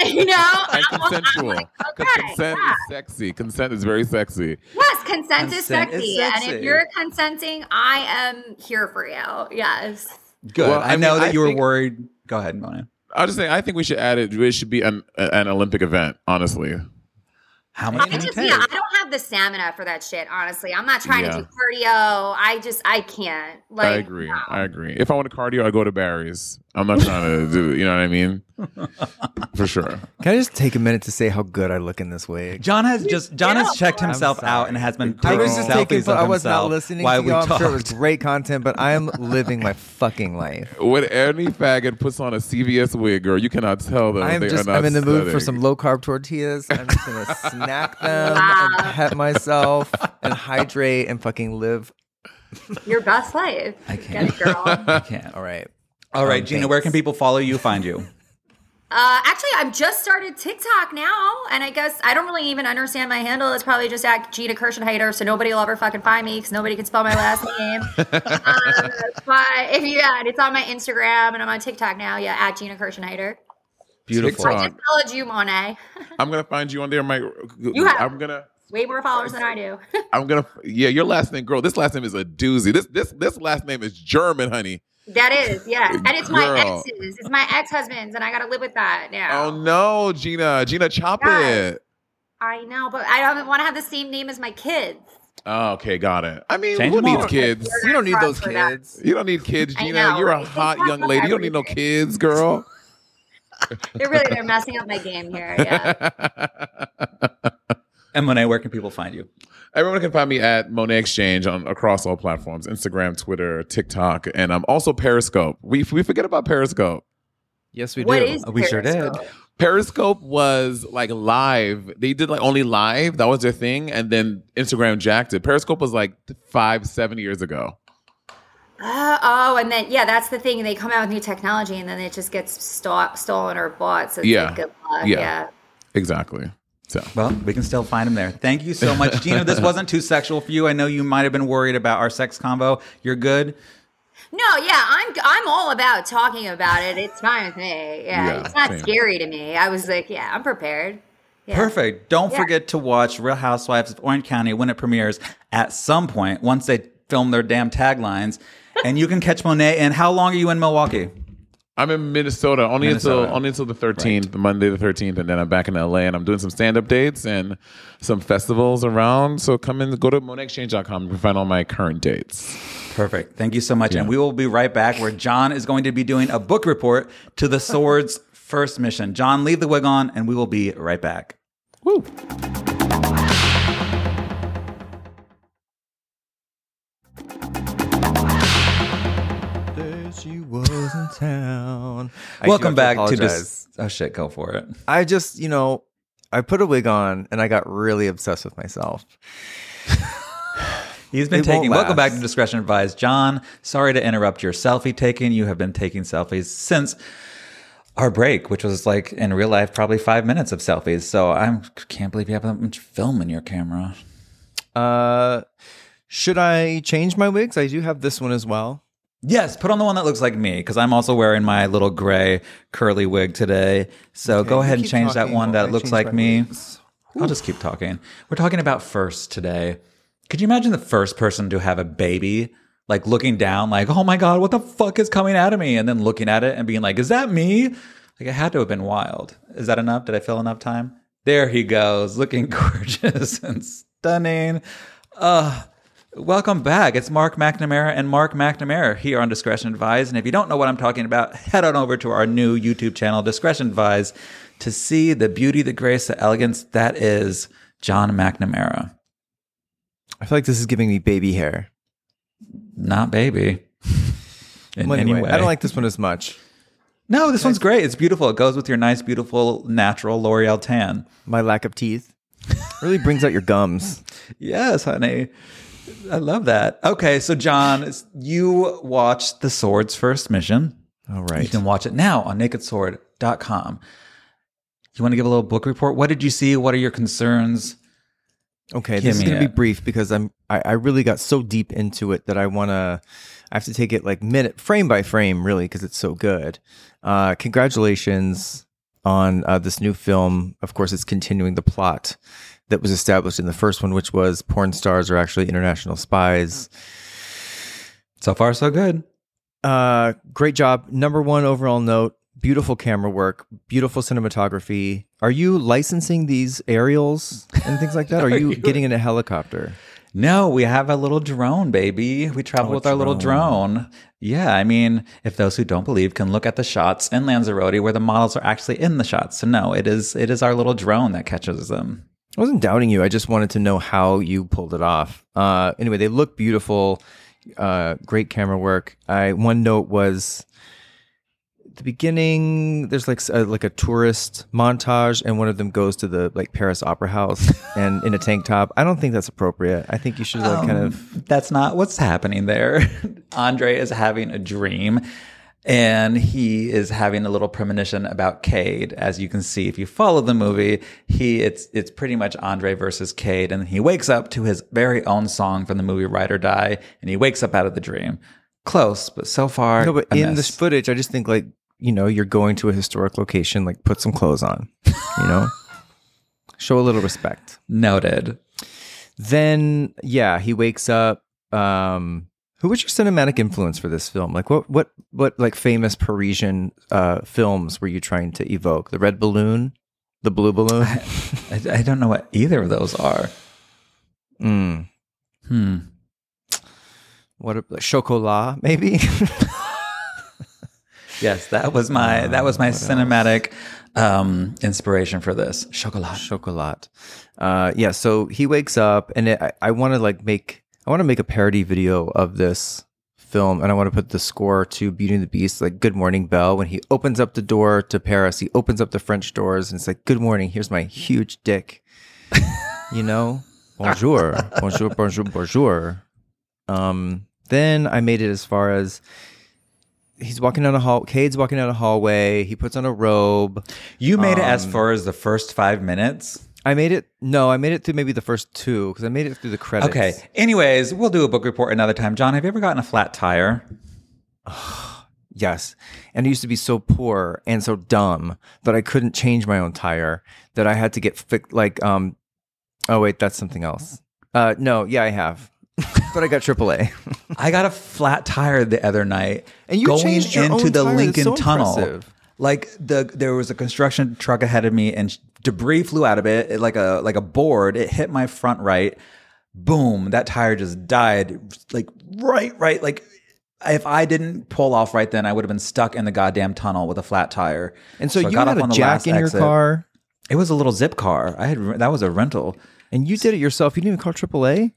[LAUGHS] you know, And I'm- I'm consensual. like, Because okay, consent yeah. is sexy. Consent is very sexy. yes, consent is Consent sexy, is and if sexy. you're consenting, I am here for you. Yes, Good. Well, I, I know mean, that I you were think- worried. Go ahead, Monet. I was just saying. I think we should add it. It should be an an Olympic event. Honestly. How I many can you just take? yeah, I don't have the stamina for that shit. Honestly, I'm not trying Yeah. to do cardio. I just I can't. Like I agree. I agree. If I want to cardio, I go to Barry's. I'm not trying to do. You know what [LAUGHS] I mean? For sure. Can I just take a minute to say how good I look in this wig? John has just John has don't. checked I'm himself sorry. out and has been [LAUGHS] I taking was just selfies taking. of I was not himself listening while to we you. I'm sure it was talked. great content, but I am living my fucking life. When any faggot puts on a CVS wig, girl, you cannot tell them. I am they just. Are not I'm in the mood for aesthetic. some low carb tortillas. I'm just [LAUGHS] gonna snack them Wow. and pet myself and hydrate and fucking live. your best life. I Get can't. it, girl. [LAUGHS] I can't. All right. All right, Um, Gina, where thanks. can people follow you, [LAUGHS] find you? Uh, actually, I've just started TikTok now, and I guess I don't really even understand my handle. It's probably just at Gina Kirschenheiter, so nobody will ever fucking find me because nobody can spell my last [LAUGHS] name. uh, but if you, yeah, and it's on my Instagram, and I'm on TikTok now. Yeah, at Gina Kirschenheiter. Beautiful. I TikTok. just followed you, Monet. [LAUGHS] I'm gonna find you on there. My. You have- I'm gonna. Way more followers than I do. [LAUGHS] I'm gonna. Yeah, your last name, girl. This last name is a doozy. This this this last name is German, honey. that is, yes, and it's my Girl. exes. It's my ex husbands, and I got to live with that now. Oh no, Gina. Gina, chop Guys. it. I know, but I don't want to have the same name as my kids. Oh, okay, got it. I mean, Change who them needs all. kids? You don't need those For that. kids. You don't need kids, I Gina. know. You're a They hot fuck young up lady. You don't need no everything. kids, girl. They're really they're messing up my game here. Yeah. [LAUGHS] And Monet, where can people find you? Everyone can find me at Monet Exchange on across all platforms: Instagram, Twitter, TikTok, and I'm also Periscope. We we forget about Periscope. Yes, we do. What Oh, is We sure did. Periscope? Periscope was like live. They did like only live. That was their thing, and then Instagram jacked it. Periscope was like five, seven years ago. Uh, oh, and then yeah, that's the thing. They come out with new technology, and then it just gets sto- stolen or bought. So it's Yeah. like, good luck. Yeah. Yeah. Exactly. So Well, we can still find him there. Thank you [LAUGHS] so much, Gina. This wasn't too sexual for you. I know you might have been worried about our sex combo. You're good. No, yeah, I'm I'm all about talking about it. It's fine with me. Yeah, Yeah, it's not same. scary to me. I was like, yeah, I'm prepared. Yeah. Perfect. Don't Yeah. forget to watch Real Housewives of Orange County when it premieres at some point once they film their damn taglines. and you can catch Monet. And how long are you in Milwaukee? I'm in Minnesota only Minnesota. until only until the 13th, Monday the 13th, and then I'm back in LA and I'm doing some stand up dates and some festivals around. So come in, go to monexchange.com. You can find all my current dates. Perfect. Thank you so much. And we will be right back where John is going to be doing a book report to the Swords first mission. John, leave the wig on and we will be right back. Woo! There she was in town. I do have Welcome back to apologize. just oh shit, go for it. I just, you know, I put a wig on and I got really obsessed with myself. He's been It won't taking. Welcome back last. to Discretion Advised, John. Sorry to interrupt your selfie taking. You have been taking selfies since our break, which was like in real life probably five minutes of selfies. So I can't believe you have that much film in your camera. Uh, should I change my wigs? I do have this one as well. Yes, put on the one that looks like me because I'm also wearing my little gray curly wig today. So go you ahead and keep change that talking one while that I looks change like my me. wigs. I'll just keep talking. We're talking about first today. Could you imagine the first person to have a baby, like looking down, like, oh my God, what the fuck is coming out of me? And then looking at it and being like, is that me? Like, it had to have been wild. Is that enough? Did I fill enough time? There he goes, looking [LAUGHS] gorgeous and stunning. Uh, welcome back. It's Mark McNamara and Mark McNamara here on Discretion Advise. And if you don't know what I'm talking about, [LAUGHS] head on over to our new YouTube channel, Discretion Advise, to see the beauty, the grace, the elegance that is John McNamara. I feel like this is giving me baby hair. Not baby. [LAUGHS] In Well, any anyway, way. I don't like this one as much. No, this one's great. It's beautiful. It goes with your nice, beautiful, natural L'Oreal tan. My lack of teeth really brings out your gums. Yes, honey. I love that. Okay, so John, you watched The Sword's First Mission. All right. [LAUGHS] You can watch it now on nakedsword.com. You want to give a little book report? What did you see? What are your concerns? Okay, Give this is me going to be it. brief because I'm I, I really got so deep into it that I want to I have to take it like minute frame by frame really because it's so good. Uh, congratulations on uh, this new film. Of course, it's continuing the plot that was established in the first one, which was porn stars are actually international spies. So far, so good. Uh, great job. Number one overall note. Beautiful camera work, beautiful cinematography. Are you licensing these aerials and things like that? [LAUGHS] Are, you, getting in a helicopter? No, we have a little drone, baby. We travel with our little drone. Yeah, I mean, if those who don't believe can look at the shots in Lanzarote where the models are actually in the shots. So no, it is it is our little drone that catches them. I wasn't doubting you. I just wanted to know how you pulled it off. Uh, anyway, they look beautiful. Uh, great camera work. I one note was at the beginning. There's like s- a, like a tourist montage, and one of them goes to the like Paris Opera [LAUGHS] House and in a tank top. I don't think that's appropriate. I think you should like kind of That's not what's happening there. [LAUGHS] Andre is having a dream and he is having a little premonition about Cade. As you can see, if you follow the movie, he it's it's pretty much Andre versus Cade, and he wakes up to his very own song from the movie Ride or Die, and he wakes up out of the dream. Close, but so far. no, but a in miss. this footage, I just think like you know you're going to a historic location. Like put some clothes on, you know, show a little respect. noted. then yeah he wakes up um who was your cinematic influence for this film like what what what like famous parisian uh films were you trying to evoke the red balloon the blue balloon I, I don't know what either of those are. mm. Hmm. what a, chocolat maybe [LAUGHS] Yes, that was my that Oh, was my cinematic um inspiration for this. Chocolat. chocolat uh yeah so he wakes up and it, i, I want to like make i want to make a parody video of this film and i want to put the score to beauty and the beast like good morning bell when he opens up the door to paris he opens up the french doors and it's like good morning here's my huge dick you know bonjour bonjour bonjour bonjour um then i made it as far as he's walking down a hall cade's walking down a hallway he puts on a robe You made it as Um, far as the first five minutes. I made it. No, I made it through maybe the first two because I made it through the credits. Okay. Anyways, we'll do a book report another time. John, have you ever gotten a flat tire? yes. And I used to be so poor and so dumb that I couldn't change my own tire. That I had to get fi- like um. Oh wait, that's something else. Uh, no, yeah, I have, [LAUGHS] but I got AAA. [LAUGHS] I got a flat tire the other night. And you going changed your into own tire. the That's Lincoln so Tunnel. impressive. Like the there was a construction truck ahead of me, and sh- debris flew out of it, it- like a like a board. It hit my front right. Boom! That tire just died. Like right, right. Like if I didn't pull off right then, I would have been stuck in the goddamn tunnel with a flat tire. And so, you I got had off a on the jack last in your exit. car, It was a little zip car. I had that was a rental. and you did it yourself. You didn't even call AAA.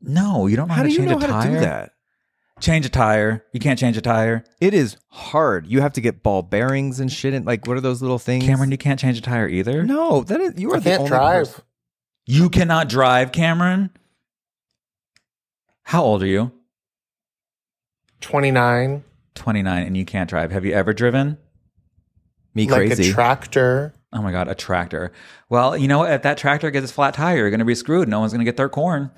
No, you don't know how, How do to you change know a tire. how to do that? Change a tire. You can't change a tire, It is hard. You have to get ball bearings and shit. And like, what are those little things? Cameron. You can't change a tire either. no, that is, you are I the can't only drive. person- You cannot drive, Cameron. How old are you? 29. 29 and you can't drive. Have you ever driven? Me Like crazy. a tractor. Oh my God, a tractor. Well, you know what? If that tractor gets a flat tire, you're going to be screwed. No one's going to get their corn.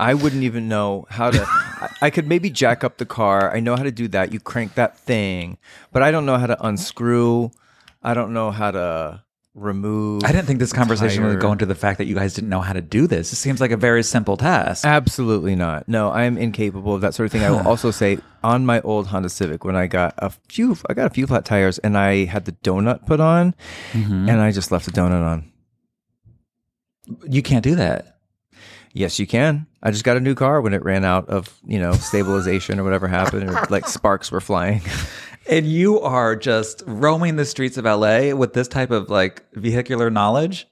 I wouldn't even know how to. I, I could maybe jack up the car. I know how to do that. You crank that thing, but I don't know how to unscrew. I don't know how to remove. I didn't think this conversation tire. would go into the fact that you guys didn't know how to do this. This seems like a very simple task. Absolutely not. No, I am incapable of that sort of thing. I [SIGHS] will also say on my old Honda Civic when I got a few, I got a few flat tires, and I had the donut put on, Mm-hmm. and I just left the donut on. You can't do that. Yes, you can. I just got a new car when it ran out of you know stabilization or whatever happened, or like sparks were flying. [LAUGHS] And you are just roaming the streets of LA with this type of like vehicular knowledge.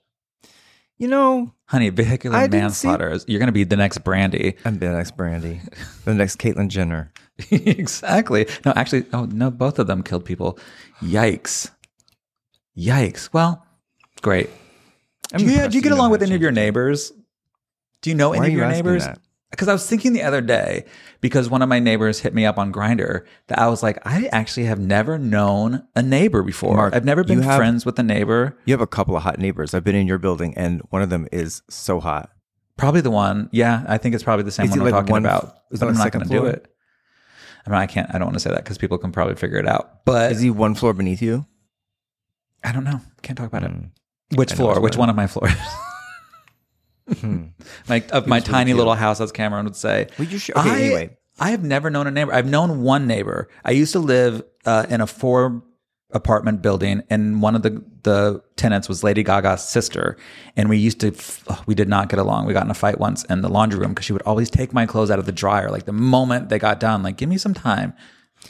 You know, Honey, vehicular I didn't see- manslaughter. is You're going to be the next Brandy. [LAUGHS] I'm the next Brandy, the next Caitlyn Jenner. exactly. No, actually, oh no, both of them killed people. Yikes! Yikes! Well, great. I'm do you, impressed do you get know how along with to any of change your it. neighbors? Do you know Why any are of you your asking neighbors? that? Because I was thinking the other day, because one of my neighbors hit me up on Grinder that I was like, I actually have never known a neighbor before. Mark, I've never been you have- friends with a neighbor. You have a couple of hot neighbors. I've been in your building, and one of them is so hot. Probably the one. Yeah, I think it's probably the same Is one he we're like talking one- about. is But he I'm like not second going to do floor? it. I mean, I can't. I don't want to say that because people can probably figure it out. But Is he one floor beneath you? I don't know. Can't talk about Mm. it. Which I know floor? it's Which mine. one of my floors? [LAUGHS] like of my was really tiny cute. little house, as Cameron would say. Well, you should. Okay, I, anyway, I have never known a neighbor. I've known one neighbor. I used to live uh, in a four apartment building, and one of the the tenants was Lady Gaga's sister, and we used to f- ugh, we did not get along. We got in a fight once in the laundry room because she would always take my clothes out of the dryer like the moment they got done. Like, give me some time.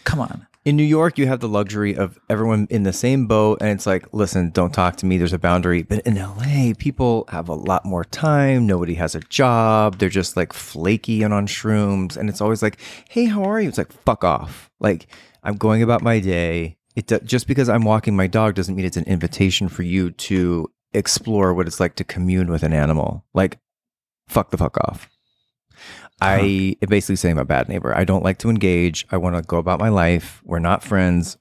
Come on. in New York, you have the luxury of everyone in the same boat, and it's like, listen, don't talk to me. There's a boundary. But in LA, people have a lot more time. Nobody has a job. They're just like flaky and on shrooms, and it's always like, hey, how are you? It's like, fuck off. Like, I'm going about my day. It do- just because I'm walking my dog doesn't mean it's an invitation for you to explore what it's like to commune with an animal. Like, fuck the fuck off. Uh-huh. I it basically saying I'm a bad neighbor. I don't like to engage. I want to go about my life. We're not friends.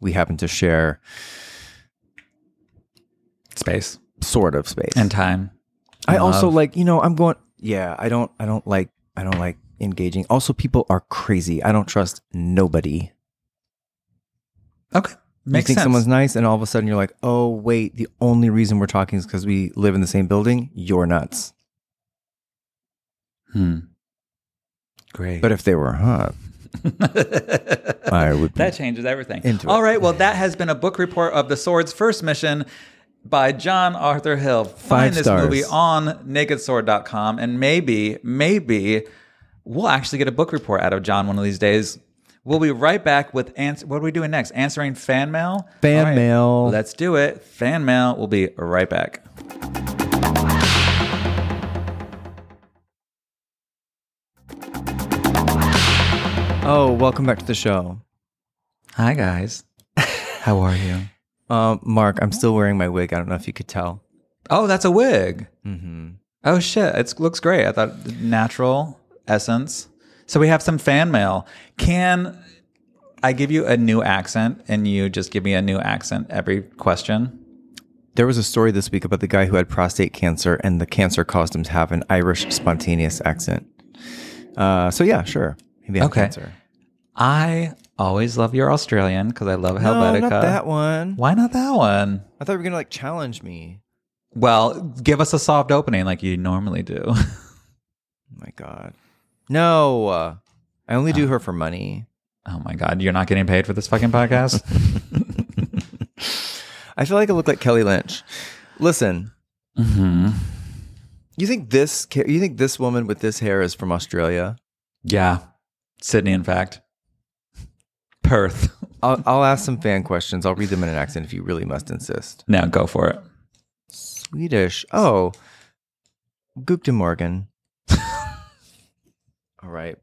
We happen to share Space sort of space. and time. I also love. like, you know, I'm going yeah, I don't I don't like I don't like engaging. Also people are crazy. I don't trust nobody. Okay, makes you think sense. someone's nice and all of a sudden you're like, "Oh, wait, the only reason we're talking is cuz we live in the same building. You're nuts." Hmm. Great. But if they were [LAUGHS] hot, I would be That changes everything. Into it. All right. Well, that has been a book report of The Sword's First Mission by John Arthur Hill. Find Five this stars. movie on nakedsword.com and maybe, maybe we'll actually get a book report out of John one of these days. We'll be right back with ans- what are we doing next? Answering fan mail? Fan All right, mail. Let's do it. Fan mail. We'll be right back. Oh, welcome back to the show. [LAUGHS] Hi guys. How are you? Um, Mark, I'm still wearing my wig. I don't know if you could tell. Oh, that's a wig. Mhm. Oh shit, it looks great. I thought natural essence. So we have some fan mail. Can I give you a new accent and you just give me a new accent every question? There was a story this week about the guy who had prostate cancer, and the cancer caused him to have an Irish spontaneous accent. Uh, so yeah, sure. Maybe I have Okay. cancer. I always love your Australian because I love Helvetica. No, not that one. Why not that one? I thought you were gonna like challenge me. Well, give us a soft opening like you normally do. [LAUGHS] Oh my god. No, uh, I only do her for money. Oh my God, you're not getting paid for this fucking podcast? [LAUGHS] I feel like I look like Kelly Lynch. Listen, Mm-hmm. hmm you think this ca- you think this woman with this hair is from Australia? Yeah. Sydney, in fact. Perth. [LAUGHS] I'll, I'll ask some fan questions. I'll read them in an accent if you really must insist. Now go for it. Swedish. Oh, Gupta Morgan. [LAUGHS] All right.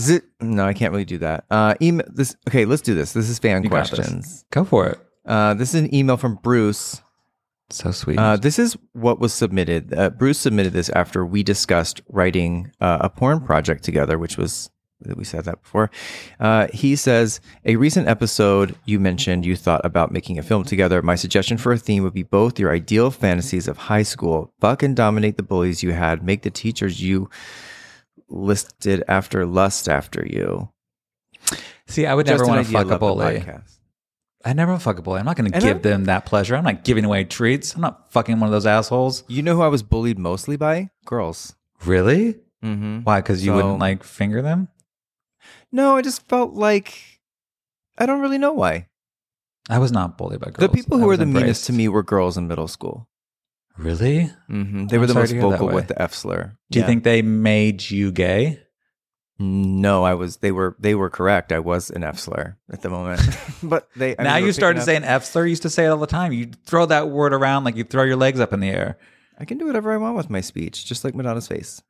Zit. No, I can't really do that. Uh, email this. Okay, let's do this. This is fan You got this. questions. Go for it. Uh, this is an email from Bruce. So sweet. Uh, this is what was submitted. Uh, Bruce submitted this after we discussed writing uh, a porn project together, which was we said that before. Uh, he says a recent episode you mentioned you thought about making a film together. My suggestion for a theme would be both your ideal fantasies of high school, buck and dominate the bullies you had, make the teachers you listed after lust after you. See, I would Just never an want to idea, fuck a love the bully. podcast. I never want to fuck a bully. I'm not going to And give I'm- them that pleasure. I'm not giving away treats. I'm not fucking one of those assholes. You know who I was bullied mostly by? Girls. Really? Mm-hmm. Why? Because you So- wouldn't like finger them? No, I just felt like I don't really know why. I was not bullied by girls. the people I who were was the meanest embraced. to me were girls in middle school. Really? Mm-hmm. They I'm were the sorry most to hear that vocal way. with the F slur. Do you Yeah. think they made you gay? No, I was. They were. They were correct. I was an F slur at the [LAUGHS] moment. but they I now remember you started picking up- saying F slur. You used to say it all the time. You throw that word around like you throw your legs up in the air. I can do whatever I want with my speech, just like Madonna's face.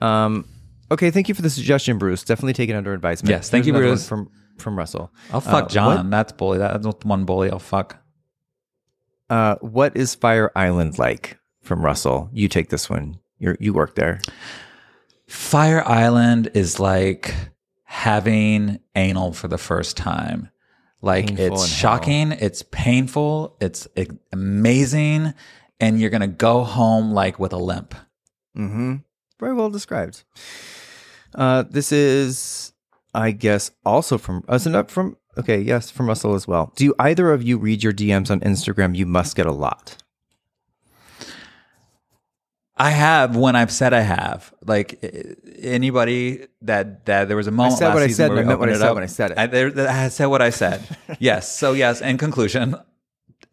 Um. Okay. Thank you for the suggestion, Bruce. Definitely take it under advisement. Yes, thank you, another one Bruce. From from Russell. I'll fuck Uh, John. That's bully. That- That's not one bully I'll fuck. What, uh, what is Fire Island like? From Russell. You take this one. You you work there. Fire Island is like having anal for the first time. Like Painful it's and hell. shocking, it's painful, it's eh, amazing, and you're gonna go home like with a limp. Mm-hmm. Very well described. Uh, this is, I guess, also from uh, us and up from. Okay, yes, from Russell as well. Do either of you read your DMs on Instagram? You must get a lot. I have when I've said I have. Like eh, anybody that that there was a moment. said last what I season said, where and we I meant what I opened said when I said up. it. I, there- that- I said what [LAUGHS] I said. yes. So yes. In conclusion,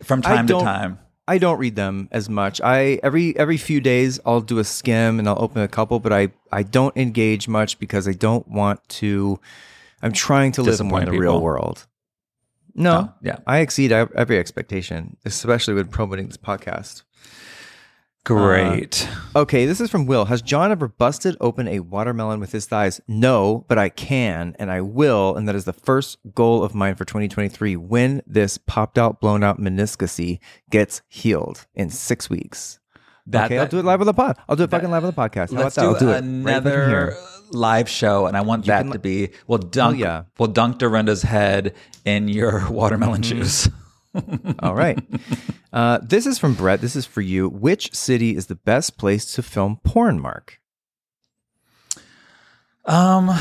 from I time to don't- time, I don't read them as much. I every every few days I'll do a skim and I'll open a couple, but I I don't engage much because I don't want to. I'm trying to live more in the Disappoint real people. world. No, Oh, yeah. I exceed ev- every expectation, especially when promoting this podcast. Great. Uh, Okay, this is from Will. Has John ever busted open a watermelon with his thighs? No, but I can and I will. And that is the first goal of mine for 2023 when this popped out, blown out meniscus gets healed in six weeks. That- okay, I'll that- do it live on the pod. I'll do it fucking live on the podcast. How Let's about do, that? I'll do it right fucking another here. live show, and I want that to be we'll dunk yeah. we'll dunk Dorinda's head in your [LAUGHS] watermelon juice. All [LAUGHS] right. Uh, this is from Brett. This is for you. Which city is the best place to film porn, Mark? Um,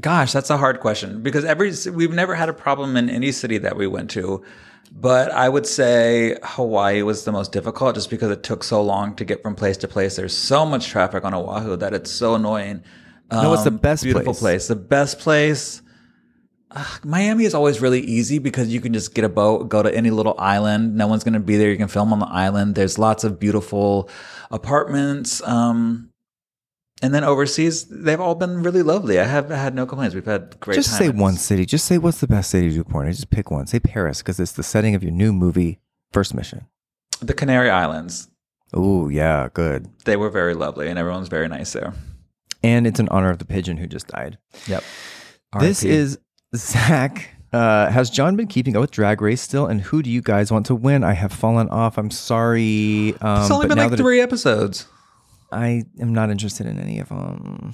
gosh, that's a hard question because every we've never had a problem in any city that we went to, but I would say Hawaii was the most difficult just because it took so long to get from place to place. There's so much traffic on Oahu that it's so annoying. No, what's the Um, best beautiful place? The best place. Miami is always really easy because you can just get a boat, go to any little island. No one's going to be there. You can film on the island. There's lots of beautiful apartments. Um, and then overseas, they've all been really lovely. I have had no complaints. We've had great. Just time. say It's- one city. Just say what's the best city to do porn. in. Just pick one. Say Paris because it's the setting of your new movie, First Mission. The Canary Islands. Oh yeah, good. They were very lovely, and everyone's very nice there. And it's in honor of the pigeon who just died. Yep. This is Zach. Uh, has John been keeping up with Drag Race still? And who do you guys want to win? I have fallen off. I'm sorry. Um, It's only but been now like that it- three episodes. I am not interested in any of them.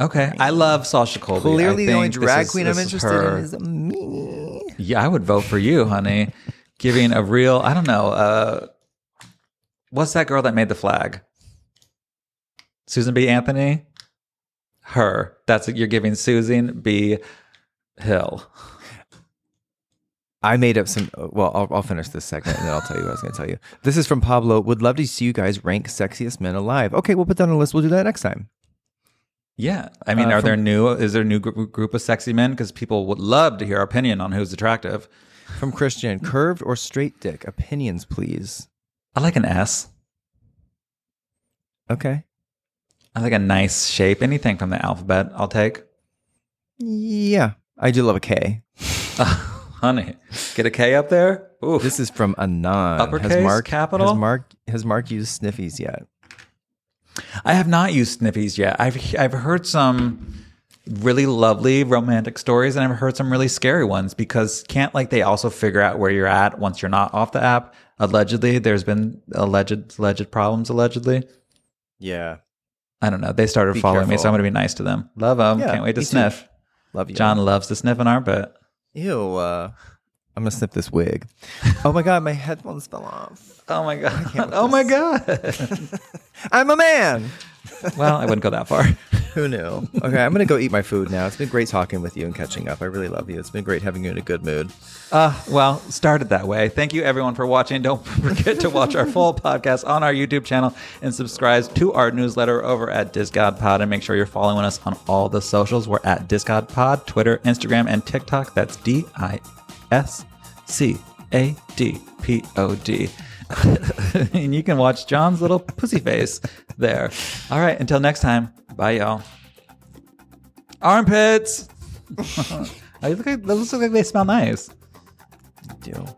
Okay, I love Sasha Colby. I Clearly, the only think this drag is- queen this I'm is interested her- in is me. Yeah, I would vote for you, honey. Giving a real, I don't know, uh, what's that girl that made the flag? Susan B. Anthony, her. That's you're giving Susan B. Hill. I made up some. uh, Well, I'll, I'll finish this segment and then I'll tell you what I was going to tell you. This is from Pablo. Would love to see you guys rank sexiest men alive. Okay, we'll put that on a list. We'll do that next time. Yeah, I mean, Uh, are from- there new? Is there a new gr- group of sexy men? Because people would love to hear our opinion on who's attractive. From Christian, curved or straight dick? Opinions, please. I like an S. Okay. I like a nice shape. Anything from the alphabet, I'll take. [LAUGHS] Yeah, I do love a K. honey, get a K up there. Ooh, This is from Anon. Uppercase, capital? Has Mark has Mark used sniffies yet? I have not used sniffies yet. I've I've heard some really lovely romantic stories, and I've heard some really scary ones because can't like they also figure out where you're at once you're not off the app. Allegedly, there's been alleged alleged problems. Allegedly, Yeah. I don't know. They started Be following me, careful. so I'm gonna be nice to them. Love them. Yeah, Can't wait to me too. sniff. Love you. John loves to sniff an armpit. Ew. Uh, I'm gonna snip this wig. Oh my god, my headphones fell off. Oh my god. with [LAUGHS] Oh my this. [LAUGHS] god. I'm a man. well, I wouldn't go that far. Who knew? Okay, I'm gonna go eat my food now. It's been great talking with you and catching up. I really love you. It's been great having you in a good mood. Uh, well, started that way. Thank you, everyone, for watching. Don't [LAUGHS] forget to watch our full podcast on our YouTube channel and subscribe to our newsletter over at Discod Pod. And make sure you're following us on all the socials. We're at Discod Pod, Twitter, Instagram, and TikTok. That's D I S C A D P O D. [LAUGHS] And you can watch John's little pussy face there. All right, until next time. Bye, y'all. [LAUGHS] Armpits. I look like, those look like they smell nice. Deal.